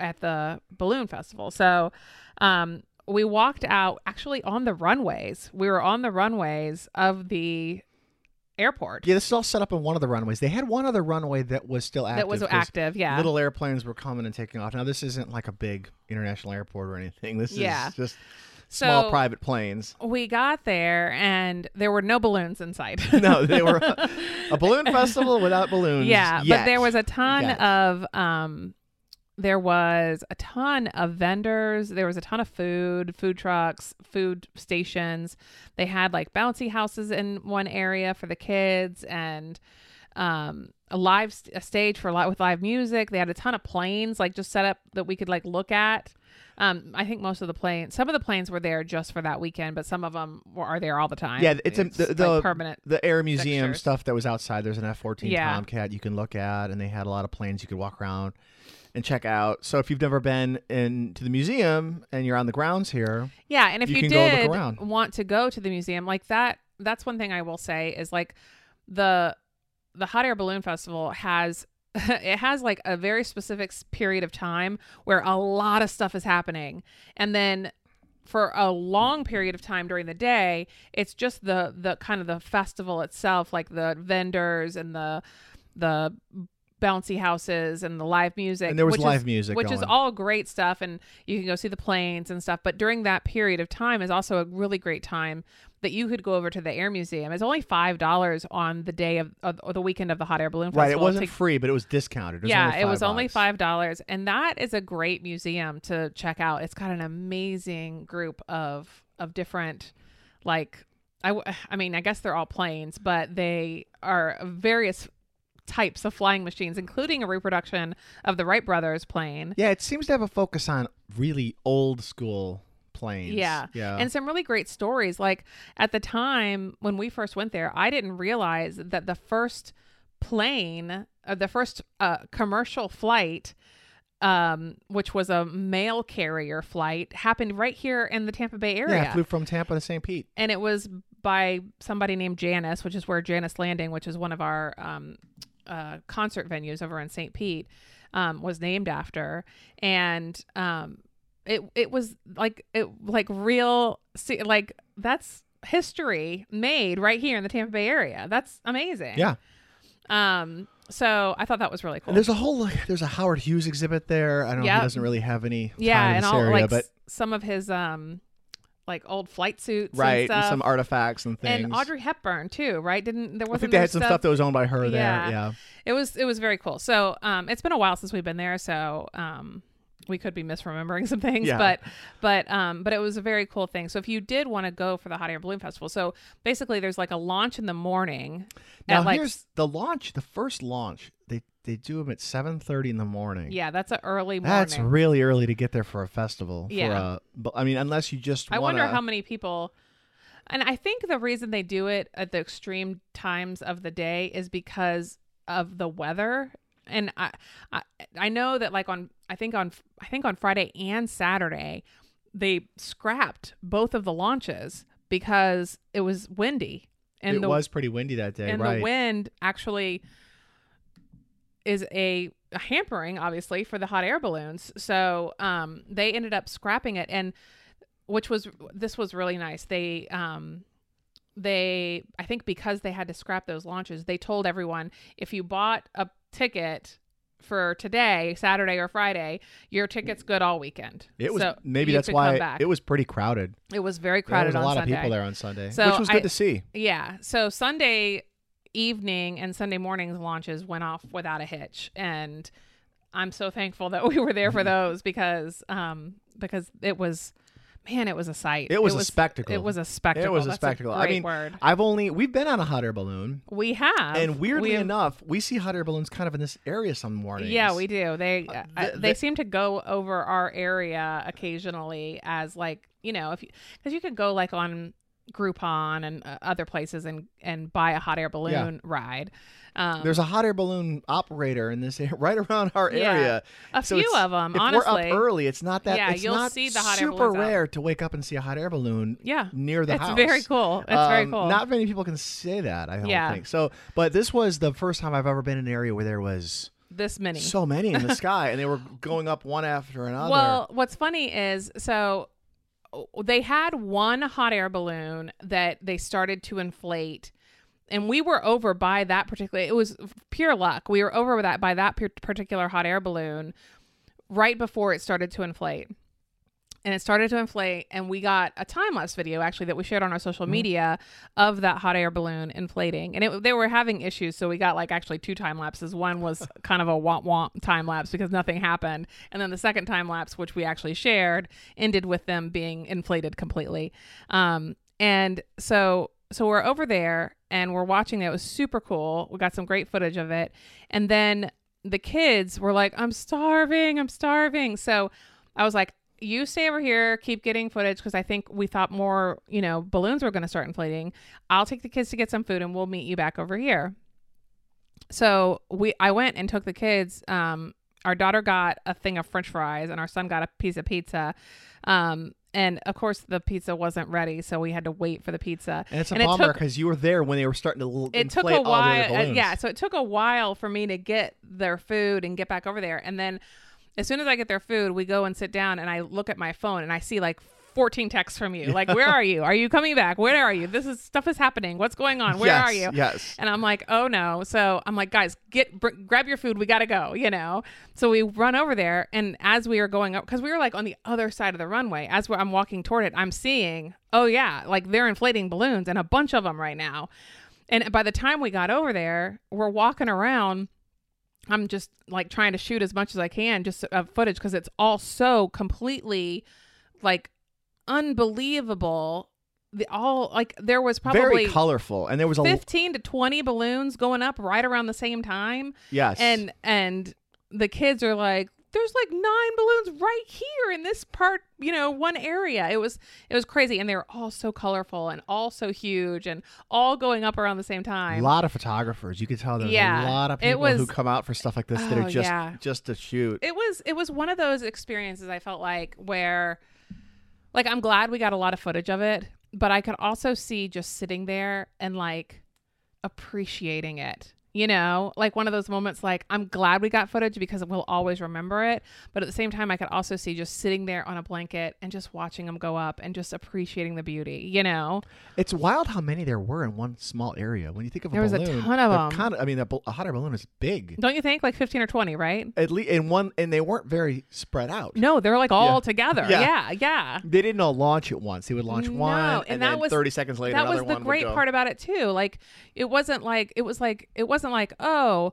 B: at the balloon festival. So um, we walked out actually on the runways. We were on the runways of the airport
A: Yeah, this is all set up in one of the runways. They had one other runway that was still active.
B: that was
A: 'cause
B: active. Yeah,
A: Little airplanes were coming and taking off. Now this isn't like a big international airport or anything. This
B: Yeah.
A: is just small
B: So-
A: private planes.
B: we got there and there were no balloons in sight.
A: No, they were a balloon festival without balloons.
B: Yeah,
A: yet.
B: but there was a ton
A: Yet.
B: of um there was a ton of vendors, there was a ton of food, food trucks, food stations. They had like bouncy houses in one area for the kids and um a live st- a stage for li- with live music. They had a ton of planes like just set up that we could like look at. Um, I think most of the planes, some of the planes were there just for that weekend, but some of them were, are there all the time.
A: Yeah, it's a- the-
B: like,
A: the-
B: permanent.
A: the air museum
B: fixtures.
A: stuff that was outside. There's an F-14
B: Yeah.
A: Tomcat you can look at, and they had a lot of planes you could walk around and check out. So if you've never been in to the museum and you're on the grounds here,
B: Yeah, and if
A: You
B: you,
A: can go look
B: did
A: around.
B: want to go to the museum, like that, that's one thing I will say is like the the hot air balloon festival has it has like a very specific s- period of time where a lot of stuff is happening, and then for a long period of time during the day, it's just the the kind of the festival itself, like the vendors and the the bouncy houses and the live music.
A: and there was
B: which is-
A: live music,
B: which is
A: going.
B: all great stuff and you can go see the planes and stuff but during that period of time is also a really great time that you could go over to the air museum it's only five dollars on the day of, of or the weekend of the hot air balloon festival
A: right. It wasn't
B: to-
A: free, but it was discounted. It was
B: yeah
A: only
B: it was only
A: bucks.
B: five dollars and that is a great museum to check out it's got an amazing group of of different like i w- i mean i guess they're all planes but they are various types of flying machines including a reproduction of the wright brothers plane
A: Yeah, it seems to have a focus on really old school planes.
B: Yeah.
A: Yeah.
B: and some really great stories. Like at the time when we first went there, I didn't realize that the first plane, uh, the first uh, commercial flight, um, which was a mail carrier flight, happened right here in the Tampa Bay area.
A: yeah, I flew from Tampa to St. Pete.
B: and it was by somebody named Janice, which is where Janice Landing, which is one of our um, uh, concert venues over in St. Pete, um, was named after. And um, it it was like it like real see, like that's history made right here in the Tampa Bay area. That's amazing.
A: Yeah.
B: Um. So I thought that was really cool.
A: And there's a whole like, there's a Howard Hughes exhibit there. I don't know.
B: Yeah.
A: He doesn't really have any time
B: yeah,
A: in
B: and
A: this
B: all
A: area,
B: like
A: but
B: s- some of his um like old flight suits and
A: right,
B: stuff.
A: some artifacts and things.
B: and Audrey Hepburn too, right? Didn't there
A: I
B: wasn't
A: think they
B: there
A: had some stuff, that was owned by her there.
B: Yeah.
A: Yeah.
B: It was it was very cool. So um, it's been a while since we've been there, so um, we could be misremembering some things,
A: Yeah.
B: but but um, but it was a very cool thing. So if you did want to go for the hot air balloon festival, so basically there's like a launch in the morning. at,
A: Now
B: like,
A: here's the launch. The first launch they they do them at 7:30 in the morning.
B: yeah, that's an early morning.
A: That's really early to get there for a festival. for
B: Yeah.
A: a- but, I mean, unless you just
B: I
A: wanna,
B: wonder how many people. And I think the reason they do it at the extreme times of the day is because of the weather. And I, I, I know that like on I think on I think on Friday and Saturday, they scrapped both of the launches because it was windy and
A: it
B: the
A: was pretty windy that day,
B: and
A: right?
B: the wind actually is a, a hampering obviously for the hot air balloons so um they ended up scrapping it and which was this was really nice they um they i think because they had to scrap those launches they told everyone if you bought a ticket for today, Saturday or Friday, your ticket's good all weekend.
A: It was
B: So
A: maybe
B: you
A: that's
B: could
A: why
B: come back.
A: it was pretty crowded.
B: It was very
A: There
B: crowded
A: was a
B: on
A: lot
B: Sunday.
A: of people there on Sunday,
B: So
A: which was good
B: I-
A: to see.
B: Yeah. So Sunday evening and Sunday morning's launches went off without a hitch, and I'm so thankful that we were there for those because um because it was man it was a sight.
A: It was a spectacle.
B: It was a spectacle.
A: It was a
B: That's
A: spectacle.
B: great
A: I mean,
B: word.
A: I've only we've been on a hot air balloon,
B: we have
A: and weirdly
B: we-
A: enough, we see hot air balloons kind of in this area some mornings.
B: Yeah, we do. They uh,
A: th-
B: they
A: th-
B: seem to go over our area occasionally as like you know if you because you could go like on Groupon and uh, other places and and buy a hot air balloon ride. Um,
A: There's a hot air balloon operator in this area, right around our
B: Yeah.
A: area.
B: a
A: so
B: few
A: it's-
B: of them.
A: if
B: honestly,
A: we're up early, it's not that.
B: Yeah,
A: it's
B: you'll
A: not
B: see the hot air
A: super
B: balloons out.
A: rare to wake up and see a hot air balloon
B: yeah,
A: near the
B: it's
A: house.
B: very cool. It's very
A: Um,
B: cool.
A: Not many people can say that. I don't
B: Yeah.
A: think so. But this was the first time I've ever been in an area where there was
B: this many.
A: so many in the sky, and they were going up one after another.
B: Well, what's funny is so oh, they had one hot air balloon that they started to inflate. And we were over by that particular. It was pure luck. We were over that by that par- particular hot air balloon right before it started to inflate. And it started to inflate, and we got a time lapse video actually that we shared on our social media of that hot air balloon inflating. And it, they were having issues, so we got like actually two time lapses. One was kind of a womp womp time lapse because nothing happened. And then the second time lapse, which we actually shared, ended with them being inflated completely. Um, and so so we're over there and we're watching it. It was super cool. We got some great footage of it. And then the kids were like, I'm starving, I'm starving. So I was like, you stay over here, keep getting footage because I think we thought more, you know, balloons were going to start inflating. I'll take the kids to get some food and we'll meet you back over here. So we, I went and took the kids. Um, our daughter got a thing of French fries and our son got a piece of pizza. Um, and of course, the pizza wasn't ready, so we had to wait for the pizza.
A: and it's a
B: and it
A: bummer
B: took-
A: because you were there when they were starting to l-
B: it took
A: inflate
B: a
A: all the other
B: while. uh,
A: balloons.
B: yeah, so it took a while for me to get their food and get back over there. And then as soon as I get their food, we go and sit down and I look at my phone and I see like 14 texts from you. Like, where are you? Are you coming back? Where are you? This is stuff is happening. What's going on? Where
A: yes,
B: are you?
A: Yes.
B: And I'm like, oh no. So I'm like, guys, get br- grab your food. We gotta go. You know. So we run over there, and as we are going up, because we were like on the other side of the runway, as we're, I'm walking toward it, I'm seeing, oh yeah, like they're inflating balloons and a bunch of them right now. And by the time we got over there, we're walking around. I'm just like trying to shoot as much as I can, just of footage, because it's all so completely, like, unbelievable. The all like there was probably
A: Very colorful, and there was a
B: 15 to 20 balloons going up right around the same time
A: yes,
B: and and the kids are like there's like nine balloons right here in this part you know one area it was it was crazy and they were all so colorful and all so huge and all going up around the same
A: a
B: time
A: lot of photographers. You could tell there's
B: Yeah,
A: a lot of
B: it
A: people who
B: was-
A: come out for stuff like this that
B: Oh,
A: are just
B: yeah.
A: just to shoot.
B: it was it was one of those experiences i felt like where like i'm glad we got a lot of footage of it but i could also see just sitting there and like appreciating it you know like one of those moments like i'm glad we got footage because we'll always remember it but at the same time i could also see just sitting there on a blanket and just watching them go up and just appreciating the beauty you know
A: It's wild how many there were in one small area. When you think of a
B: There was a
A: balloon,
B: ton of
A: they're
B: them.
A: kinda- I mean, a, bal- a hot air balloon is big.
B: don't you think like 15 or 20 right
A: At least in one, and they weren't very spread out.
B: no they're like all
A: Yeah.
B: together
A: Yeah.
B: yeah yeah
A: They didn't all launch at once. They would launch
B: No,
A: one,
B: and
A: and,
B: that
A: then
B: was-
A: thirty seconds later,
B: that was
A: another
B: the
A: one would
B: great
A: go.
B: part about it too like it wasn't like it was like it wasn't like oh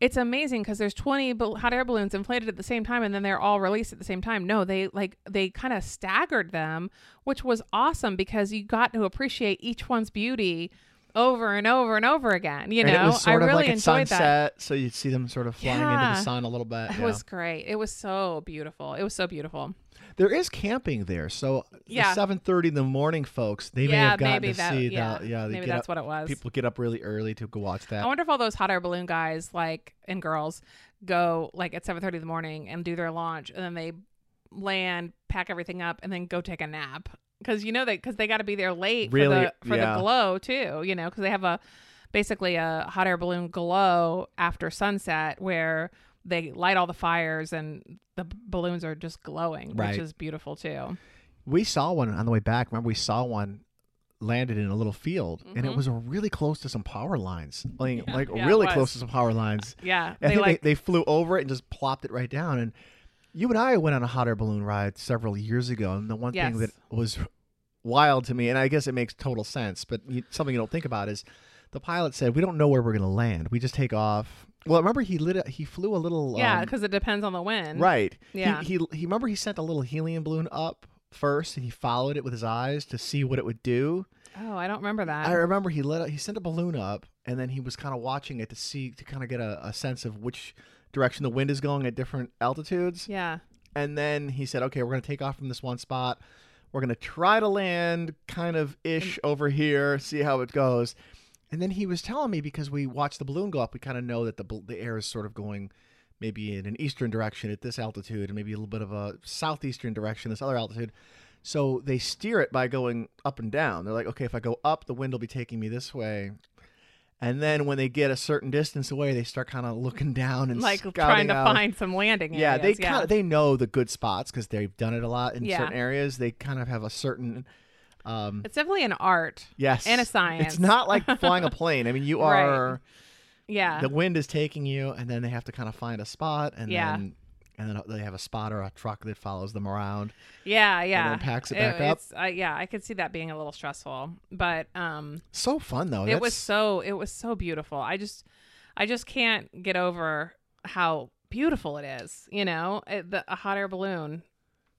B: it's amazing because there's 20 bal- hot air balloons inflated at the same time and then they're all released at the same time no they like they kind of staggered them which was awesome because you got to appreciate each one's beauty over and over and over again you know
A: and it was sort
B: i
A: of
B: really
A: like at
B: enjoyed
A: sunset,
B: that
A: so you'd see them sort of flying into
B: Yeah.
A: the sun a little bit.
B: it
A: yeah.
B: was great it was so beautiful it was so beautiful
A: There is camping there, so
B: Yeah.
A: seven thirty in the morning, folks. They may
B: yeah
A: have gotten
B: maybe
A: to
B: that
A: see
B: yeah,
A: the yeah. They
B: maybe
A: get
B: that's
A: up,
B: what it was
A: people get up really early to go watch that.
B: I wonder if all those hot air balloon guys, like and girls, go like at seven thirty in the morning and do their launch, and then they land, pack everything up, and then go take a nap because you know they because they got to be there late
A: Really,
B: for the for
A: yeah.
B: the glow too. You know because they have a basically a hot air balloon glow after sunset where they light all the fires and the b- balloons are just glowing,
A: Right.
B: which is beautiful too.
A: We saw one on the way back. Remember, we saw one landed in a little field, and it was really close to some power lines, like, like
B: Mm-hmm. yeah, it
A: really
B: was.
A: close to some power lines.
B: Yeah,
A: I
B: they
A: think
B: like
A: they, they flew over it and just plopped it right down. And you and I went on a hot air balloon ride several years ago, and the one thing that
B: Yes.
A: was wild to me, and I guess it makes total sense, but you, something you don't think about is the pilot said, "We don't know where we're going to land. We just take off." Well, remember he lit a, he flew a little
B: yeah,
A: um,
B: because it depends on the wind.
A: right
B: Yeah.
A: he, he he remember he sent a little helium balloon up first, and he followed it with his eyes to see what it would do.
B: Oh, I don't remember that.
A: I remember he let he sent a balloon up, and then he was kind of watching it to see to kind of get a, a sense of which direction the wind is going at different altitudes.
B: yeah,
A: And then he said, "Okay, we're going to take off from this one spot. We're going to try to land kind of ish over here, see how it goes." And then he was telling me because we watched the balloon go up, we kind of know that the bal- the air is sort of going maybe in an eastern direction at this altitude and maybe a little bit of a southeastern direction this other altitude. So they steer it by going up and down. They're like, "Okay, if I go up, the wind will be taking me this way." And then when they get a certain distance away, they start kind of looking down and
B: like
A: scouting
B: trying to
A: out.
B: find some landing.
A: Yeah,
B: areas.
A: they kind of they know the good spots because they've done it a lot in
B: Yeah.
A: certain areas. They kind of have a certain, um,
B: It's definitely an art.
A: yes,
B: and a science.
A: It's not like flying a plane. I mean, you
B: Right.
A: are
B: Yeah,
A: the wind is taking you, and then they have to kind of find a spot, and
B: Yeah.
A: then and then they have a spot or a truck that follows them around.
B: yeah, yeah.
A: then packs it back up.
B: it's- uh, yeah, I could see that being a little stressful, but um,
A: So fun though.
B: it was
A: Oh, That's-
B: so it was so beautiful. I just I just can't get over how beautiful it is. You know, It- the, a hot air balloon.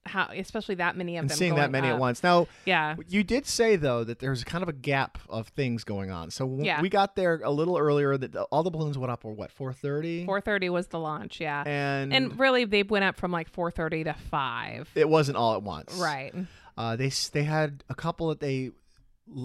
B: How especially that many of
A: and
B: them
A: seeing
B: going
A: that many
B: up.
A: at once. Now
B: Yeah,
A: you did say though that there's kind of a gap of things going on. So w-
B: Yeah.
A: we got there a little earlier. That the- all the balloons went up were what four thirty.
B: four thirty was the launch. Yeah,
A: And,
B: and really they went up from like four thirty to five.
A: it wasn't all at once.
B: Right.
A: Uh, they s- they had a couple that they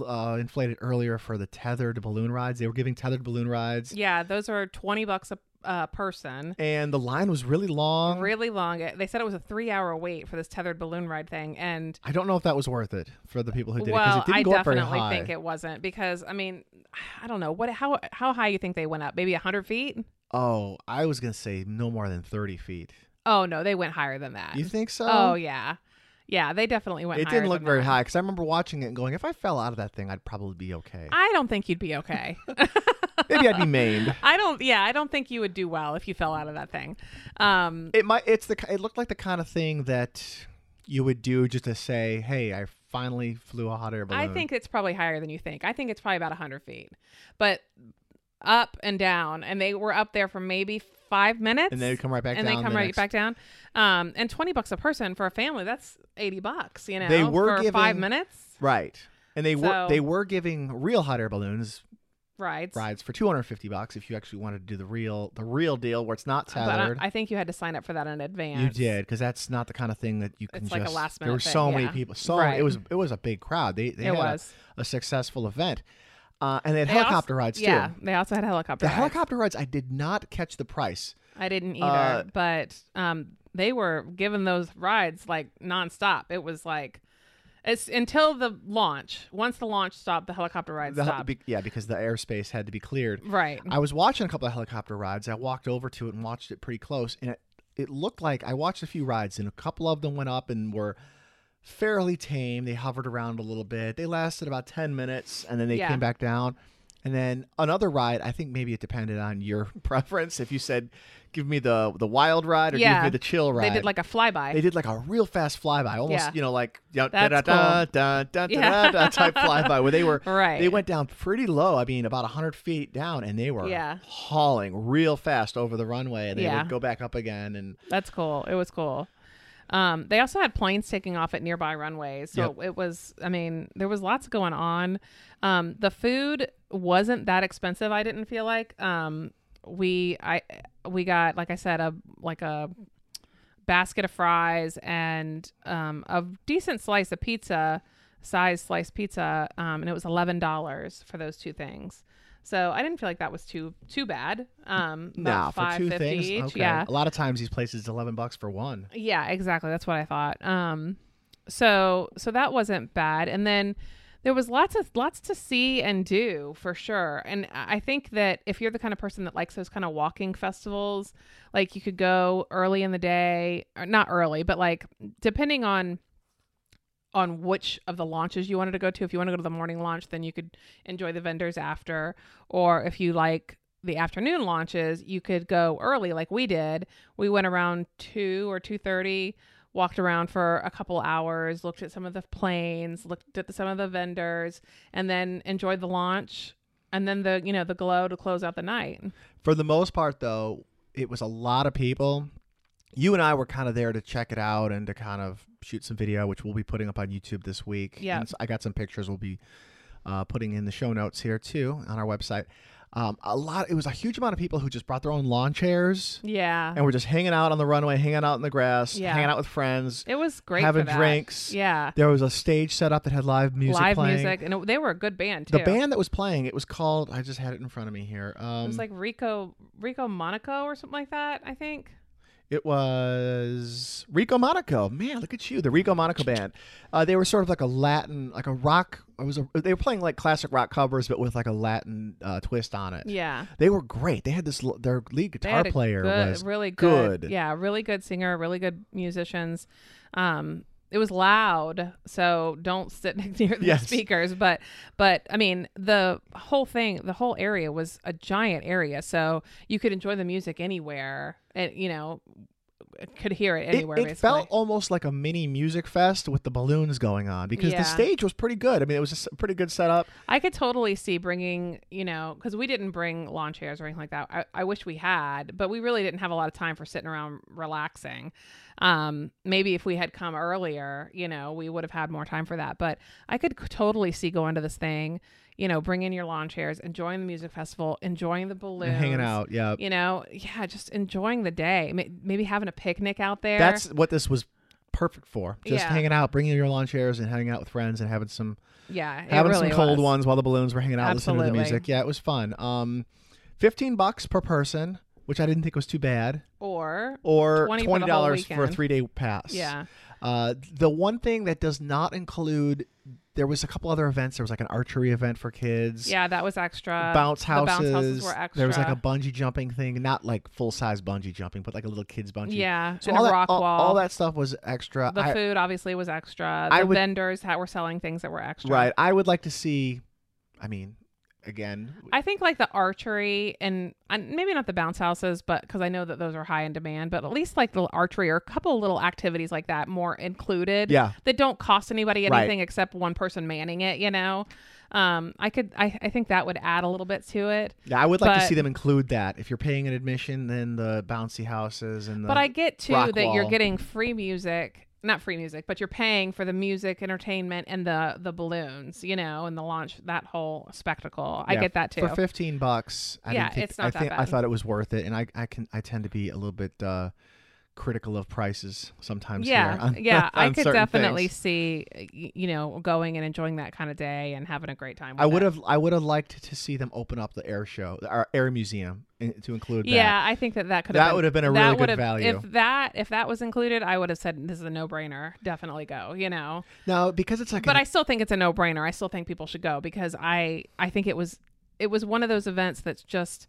A: uh, inflated earlier for the tethered balloon rides. They were giving tethered balloon rides,
B: Yeah, those are twenty bucks a uh, person.
A: and the line was really long.
B: Really long. It- They said it was a three-hour wait for this tethered balloon ride thing, and
A: I don't know if that was worth it for the people who Oh, did
B: well,
A: it because it didn't
B: I
A: go up very
B: definitely
A: high.
B: think it wasn't because I mean, I don't know what how how high you think they went up? Maybe hundred feet?
A: oh, I was gonna say no more than thirty feet.
B: Oh no, they went higher than that.
A: You think so?
B: Oh yeah, yeah. They definitely went.
A: It
B: higher
A: didn't look
B: than
A: very
B: that.
A: high because I remember watching it and going, "If I fell out of that thing, I'd probably be okay.
B: I don't think you'd be okay.
A: Maybe I'd be maimed."
B: I don't. Yeah, I don't think you would do well if you fell out of that thing. Um,
A: It might. It's the. ki- It looked like the kind of thing that you would do just to say, "Hey, I finally flew a hot air balloon."
B: I think it's probably higher than you think. I think it's probably about 100 feet. But up and down, and they were up there for maybe five minutes.
A: and they would come right back
B: and
A: down.
B: they
A: the
B: come right
A: next
B: back down. Um, and 20 bucks a person for a family, that's 80 bucks, you know,
A: They were
B: for five
A: giving-
B: minutes
A: Right. And they were
B: So-
A: they were giving real hot air balloons
B: rides.
A: rides for 250 bucks if you actually wanted to do the real the real deal where it's not
B: But I,
A: tethered.
B: I think you had to sign up for that in advance.
A: you did because that's not the kind of thing that you can
B: It's
A: just.
B: like a last
A: there were
B: minute thing,
A: so many
B: yeah.
A: people. So
B: Right.
A: it was it was a big crowd. They they
B: it
A: had a-
B: was.
A: A, successful event, uh, and they had
B: They also-
A: helicopter rides
B: yeah,
A: too.
B: they also had helicopter
A: The
B: rides.
A: helicopter rides I did not catch the price.
B: I didn't either,
A: Uh,
B: but um, they were given those rides like nonstop. It was like it's until the launch. Once the launch stopped, the helicopter ride
A: The hel-
B: stopped.
A: be- Uh, yeah, because the airspace had to be cleared.
B: right.
A: I was watching a couple of helicopter rides. I walked over to it and watched it pretty close, and it, it looked like I watched a few rides, and a couple of them went up and were fairly tame. They hovered around a little bit. They lasted about ten minutes, and then they
B: Yeah.
A: came back down. And then another ride. I think maybe it depended on your preference. If you said, "Give me the the wild ride" or
B: Yeah.
A: "Give me the chill ride,"
B: They did like a flyby.
A: They did like a real fast flyby, almost
B: Yeah.
A: you know like da da
B: That's
A: da da da da da
B: Yeah.
A: da type flyby where they were
B: right.
A: they went down pretty low. I mean, about 100 feet down, and they were
B: Yeah.
A: hauling real fast over the runway, and they
B: Yeah.
A: would go back up again. And
B: That's cool. It was cool. Um, they also had planes taking off at nearby runways. So it was, I mean, there was lots going on. Um, the food wasn't that expensive. I didn't feel like, um, we, I, we got, like I said, a, like a basket of fries and, um, a decent slice of pizza size slice pizza. Um, and it was $11 for those two things. So I didn't feel like that was too, too bad. Um,
A: nah,
B: about
A: for two
B: $5.50
A: things,
B: each.
A: okay.
B: Yeah.
A: A lot of times these places, it's 11 bucks for one.
B: Yeah, exactly. That's what I thought. Um, so so that wasn't bad. And then there was lots of lots to see and do for sure. And I I think that if you're the kind of person that likes those kind of walking festivals, like you could go early in the day, or not early, but like depending on on which of the launches you wanted to go to. If you want to go to the morning launch, then you could enjoy the vendors after. Or if you like the afternoon launches, you could go early like we did. We went around 2 or 2:30, walked around for a couple hours, looked at some of the planes, looked at some of the vendors, and then enjoyed the launch and then the, you know, the glow to close out the night.
A: For the most part, though, it was a lot of people. You and I were kind of there to check it out and to kind of shoot some video, which we'll be putting up on YouTube this week.
B: Yeah.
A: And s- I got some pictures we'll be uh, putting in the show notes here too on our website. Um, a lot. It was a huge amount of people who just brought their own lawn chairs
B: Yeah.
A: and were just hanging out on the runway, hanging out in the grass,
B: Yeah.
A: hanging out with friends.
B: It was great.
A: having
B: for that.
A: drinks,
B: Yeah.
A: There was a stage set up that had live music
B: Live
A: playing.
B: music. And it- they were a good band too.
A: The band that was playing, it was called. I just had it in front of me here. Um,
B: It was like Rico Rico Monaco or something like that, I think.
A: It was Rico Monaco. Man, look at you, the Rico Monaco band. Uh, they were sort of like a Latin, like a rock. It was a, they were playing like classic rock covers, but with like a Latin uh, twist on it.
B: Yeah.
A: They were great. They had this. l- Their lead
B: They
A: guitar
B: had a
A: player
B: good,
A: was
B: really good,
A: good.
B: Yeah, really good singer, really good musicians. Um it was loud, so don't sit near the
A: Yes.
B: speakers, but but I mean, the whole thing, the whole area was a giant area, so you could enjoy the music anywhere and you know could hear it
A: It-
B: anywhere
A: It,
B: basically.
A: felt almost like a mini music fest with the balloons going on because
B: Yeah.
A: the stage was pretty good. I mean, it was a s- pretty good setup.
B: I could totally see bringing, you know, because we didn't bring lawn chairs or anything like that. I, I wish we had, but we really didn't have a lot of time for sitting around relaxing. Um, maybe if we had come earlier, you know, we would have had more time for that. But I could c- totally see going to this thing, you know, bringing your lawn chairs, enjoying the music festival, enjoying the balloons,
A: and Hanging out, yeah.
B: You know, yeah, just enjoying the day. May- Maybe having a picnic out there.
A: That's what this was perfect for. Just
B: Yeah.
A: hanging out, bringing your lawn chairs, and hanging out with friends and having some
B: yeah, it
A: having
B: really
A: some cold
B: was.
A: ones while the balloons were hanging out, listening to
B: Absolutely.
A: the music. Yeah, it was fun. Um, fifteen bucks per person, which I didn't think was too bad,
B: or
A: or
B: 20
A: twenty
B: for the whole
A: dollars for, a
B: weekend.
A: three day pass.
B: yeah,
A: Uh, the one thing that does not include, there was a couple other events. There was like an archery event for kids.
B: yeah, that was extra.
A: Bounce
B: the
A: houses.
B: bounce houses were extra.
A: There was like a bungee jumping thing, not like full size bungee jumping, but like a little kids bungee.
B: Yeah,
A: So
B: and
A: all
B: a
A: that,
B: rock
A: all,
B: wall.
A: all that stuff was extra.
B: the
A: I-
B: food obviously was extra. The
A: I would-
B: vendors ha- were selling things that were extra.
A: right. I would like to see. I mean, again,
B: I think like the archery and, and maybe not the bounce houses, but because I know that those are high in demand, but at least like the archery or a couple little activities like that more included.
A: yeah.
B: That don't cost anybody
A: Right.
B: anything except one person manning it, you know? Um, I could, I, I think that would add a little bit to it.
A: Yeah, I would like to
B: But-
A: see them include that. If you're paying an admission, then the bouncy houses and the
B: But I get too
A: rock
B: that you're
A: wall.
B: getting free music, not free music, but you're paying for the music, entertainment, and the the balloons, you know, and the launch, that whole spectacle. I
A: Yeah,
B: get that too.
A: for fifteen bucks. I
B: Yeah,
A: didn't think,
B: it's not
A: I
B: that
A: think I
B: bad.
A: thought it was worth it, and I, I can I tend to be a little bit uh, critical of prices sometimes.
B: yeah,
A: here on-
B: yeah, I
A: on
B: could
A: certain
B: definitely
A: things.
B: see, y- you know, going and enjoying that kind of day and having a great time. With
A: I would
B: it.
A: have I would have liked to see them open up the air show, our air museum, in, to include
B: Yeah, I think that that could
A: That
B: have been,
A: would have been a
B: that
A: really good
B: would have-
A: value.
B: If that if that was included, I would have said this is a no brainer. Definitely go. You know,
A: that. Now because it's like an-
B: but I still think it's a no brainer. I still think people should go because I I think it was it was one of those events that's just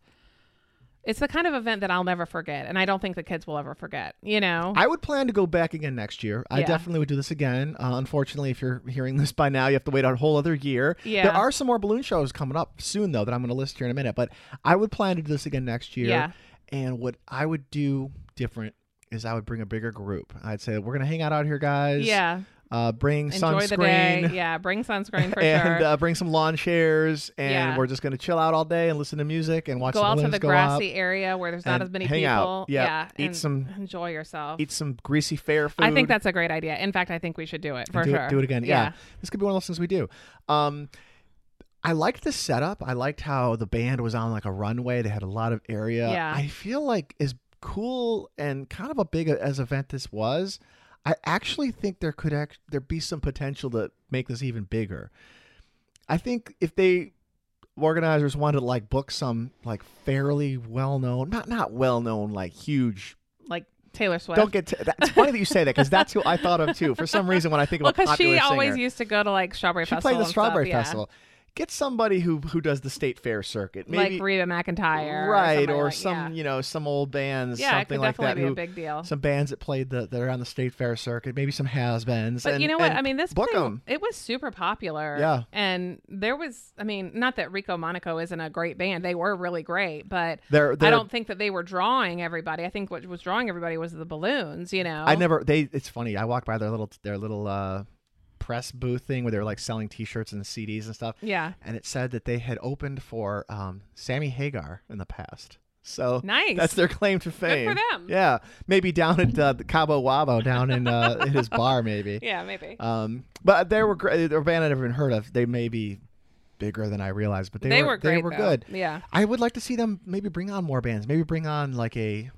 B: it's the kind of event that I'll never forget, and I don't think the kids will ever forget. You know,
A: I would plan to go back again next year. I
B: Yeah.
A: definitely would do this again. Uh, unfortunately, if you're hearing this by now, you have to wait a whole other year.
B: Yeah.
A: There are some more balloon shows coming up soon, though, that I'm going to list here in a minute. But I would plan to do this again next year.
B: Yeah.
A: And what I would do different is I would bring a bigger group. I'd say, we're going to hang out out here, guys.
B: yeah,
A: Uh, bring
B: enjoy
A: sunscreen.
B: the day. Yeah, bring sunscreen for
A: and
B: sure.
A: uh, bring some lawn chairs, and
B: Yeah.
A: we're just going to chill out all day and listen to music and watch
B: go
A: the
B: out to
A: balloons
B: the
A: go up,
B: grassy area where there's not
A: and
B: as many
A: hang
B: people.
A: out. Yeah. Eat
B: and
A: some-
B: enjoy yourself.
A: eat some greasy fair food.
B: I think that's a great idea. In fact, I think we should do it for
A: do
B: sure.
A: it, do it again. Yeah. this could be one of those things we do. Um, I liked the setup. I liked how the band was on like a runway. They had a lot of area.
B: Yeah.
A: I feel like as cool and kind of a big uh, as event this was, I actually think there could act there be some potential to make this even bigger. I think if they organizers wanted to like book some like fairly well known, not not well known like huge.
B: like Taylor Swift.
A: Don't get. To, that's funny that you say that because that's who I thought of too. For some reason, when I think
B: well,
A: about
B: because
A: popular
B: she
A: singer,
B: always used to go to like Strawberry
A: she
B: Festival.
A: played the
B: and stuff,
A: Strawberry
B: yeah.
A: Festival. Get somebody who who does the state fair circuit, maybe
B: like Reba McIntyre,
A: right,
B: somebody
A: or
B: like-
A: some
B: Yeah,
A: you know some old bands,
B: yeah it
A: something
B: could
A: like that.
B: definitely
A: who-
B: be a big deal.
A: some bands that played the that are on the state fair circuit, maybe some has-beens.
B: But
A: and,
B: you know what?
A: and
B: I mean, this
A: book
B: play,
A: 'em.
B: it was super popular.
A: Yeah.
B: and there was, I mean, not that Rico Monaco isn't a great band; they were really great, but.
A: They're, they're
B: I don't think that they were drawing everybody. I think what was drawing everybody was the balloons, you know.
A: I never. They. It's funny. I walked by their little their little uh, press booth thing where they were like selling T-shirts and CDs and stuff.
B: Yeah.
A: And it said that they had opened for um, Sammy Hagar in the past. So
B: Nice.
A: that's their claim to fame.
B: for them.
A: Yeah, maybe down at uh, the Cabo Wabo, down in uh, in his bar, maybe.
B: yeah, maybe.
A: Um, but they were great. They're a band I'd never even heard of. They may be bigger than I realized, but they,
B: they
A: were,
B: were great.
A: They were
B: though.
A: good.
B: Yeah.
A: I would like to see them maybe bring on more bands. Maybe bring on like a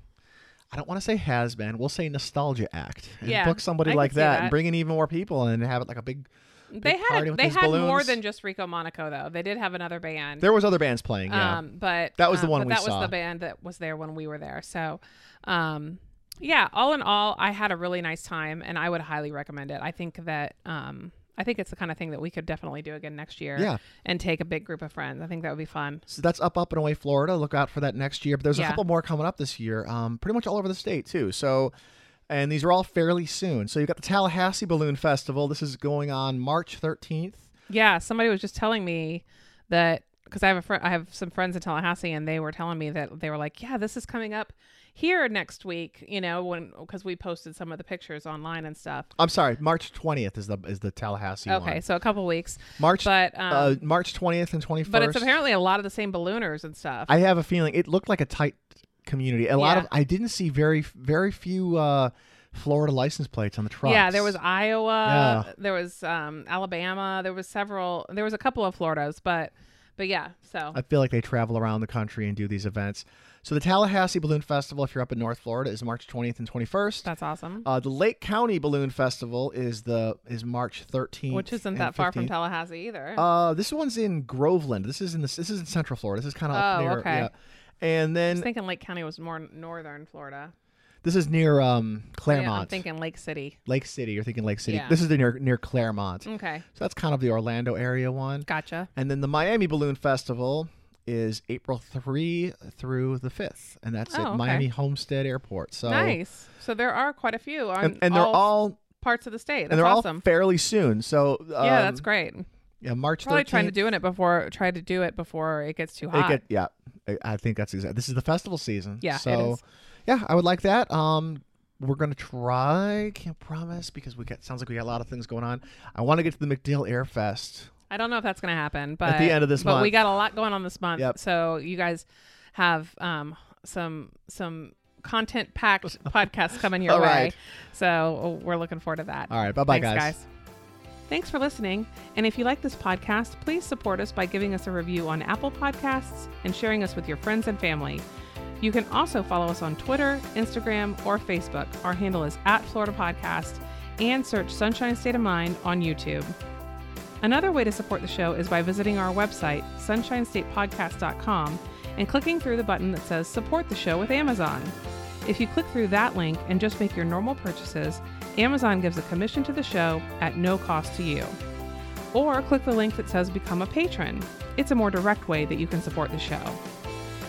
A: I don't want to say has been, we'll say nostalgia act. And
B: Yeah,
A: book somebody
B: I could
A: like
B: see
A: that,
B: that.
A: and bring in even more people and have it like a big
B: They
A: party
B: had
A: with
B: they
A: these
B: had more
A: balloons.
B: than just Rico Monaco though. They did have another band.
A: There was other bands playing, yeah.
B: Um, but
A: That was the
B: um,
A: one
B: but
A: we
B: that
A: saw.
B: was the band that was there when we were there. So, um, yeah. All in all, I had a really nice time, and I would highly recommend it. I think that um, I think it's the kind of thing that we could definitely do again next year.
A: Yeah.
B: And take a big group of friends. I think that would be fun.
A: so that's up, up and away, Florida. Look out for that next year. But there's a
B: Yeah.
A: couple more coming up this year, um, pretty much all over the state too. So, and these are all fairly soon. So you've got the Tallahassee Balloon Festival. This is going on March 13th.
B: Yeah. Somebody was just telling me that because I have a friend, I have some friends in Tallahassee, and they were telling me that they were like, "Yeah, this is coming up here next week." You know, when because we posted some of the pictures online and stuff.
A: I'm sorry, March 20th is the is the Tallahassee
B: Okay,
A: one.
B: so a couple weeks,
A: March
B: but um,
A: uh, March 20th and 21st.
B: But it's apparently a lot of the same ballooners and stuff.
A: I have a feeling it looked like a tight community. A lot
B: Yeah.
A: of I didn't see very very few uh, Florida license plates on the trucks.
B: yeah, there was Iowa,
A: Yeah.
B: there was um, Alabama, there was several, there was a couple of Floridas, but but yeah, so
A: I feel like they travel around the country and do these events. So the Tallahassee Balloon Festival, if you're up in North Florida, is March 20th and 21st.
B: that's awesome.
A: Uh, the Lake County Balloon Festival is the is March 13th,
B: Which isn't
A: and
B: that far from
A: 15th.
B: Tallahassee either.
A: Uh, this one's in Groveland. This is in this. This is in Central Florida. This is kind of up
B: Oh,
A: near.
B: okay.
A: Yeah. And
B: I was
A: then
B: thinking Lake County was more northern Florida.
A: this is near um,
B: Oh, Yeah,
A: Claremont,
B: I'm thinking Lake City.
A: Lake City. You're thinking Lake City.
B: Yeah. Mm.
A: This is the near near Claremont.
B: Okay,
A: So that's kind of the Orlando area one.
B: gotcha.
A: And then the Miami Balloon Festival is April 3 through the 5th. And that's
B: Oh,
A: at
B: okay.
A: Miami Homestead Airport. So
B: nice. So there are quite a few on
A: and, and they're all,
B: parts of the state. That's
A: and they're all
B: awesome.
A: fairly soon. So um,
B: yeah, that's great.
A: Yeah, March
B: Probably
A: 13th.
B: trying to do it before try to do it before it gets too hot.
A: It get, yeah, I- I think that's exact. This is the festival season.
B: Yeah, it
A: so
B: is.
A: yeah, I would like that. Um, we're gonna try. Can't promise because we got sounds like we got a lot of things going on. I want to get to the McDill Air Fest.
B: I don't know if that's going to happen, but
A: At the end of this
B: but we
A: month.
B: got a lot going on this month.
A: Yep.
B: So you guys have um, some some content packed podcasts coming your
A: All
B: way.
A: right.
B: So oh, we're looking forward to that.
A: All right, bye bye,
B: Thanks, Thanks for listening. And if you like this podcast, please support us by giving us a review on Apple Podcasts and sharing us with your friends and family. You can also follow us on Twitter, Instagram, or Facebook. Our handle is at Florida Podcast and search Sunshine State of Mind on YouTube. Another way to support the show is by visiting our website, sunshinestatepodcast.com, and clicking through the button that says Support the Show with Amazon. If you click through that link and just make your normal purchases, Amazon gives a commission to the show at no cost to you. Or click the link that says Become a Patron. It's a more direct way that you can support the show.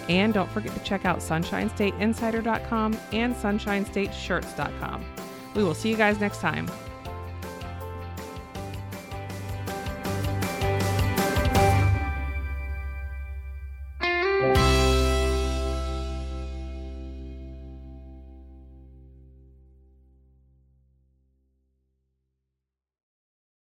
B: And don't forget to check out sunshinestateinsider.com and sunshinestateshirts.com. We will see you guys next time.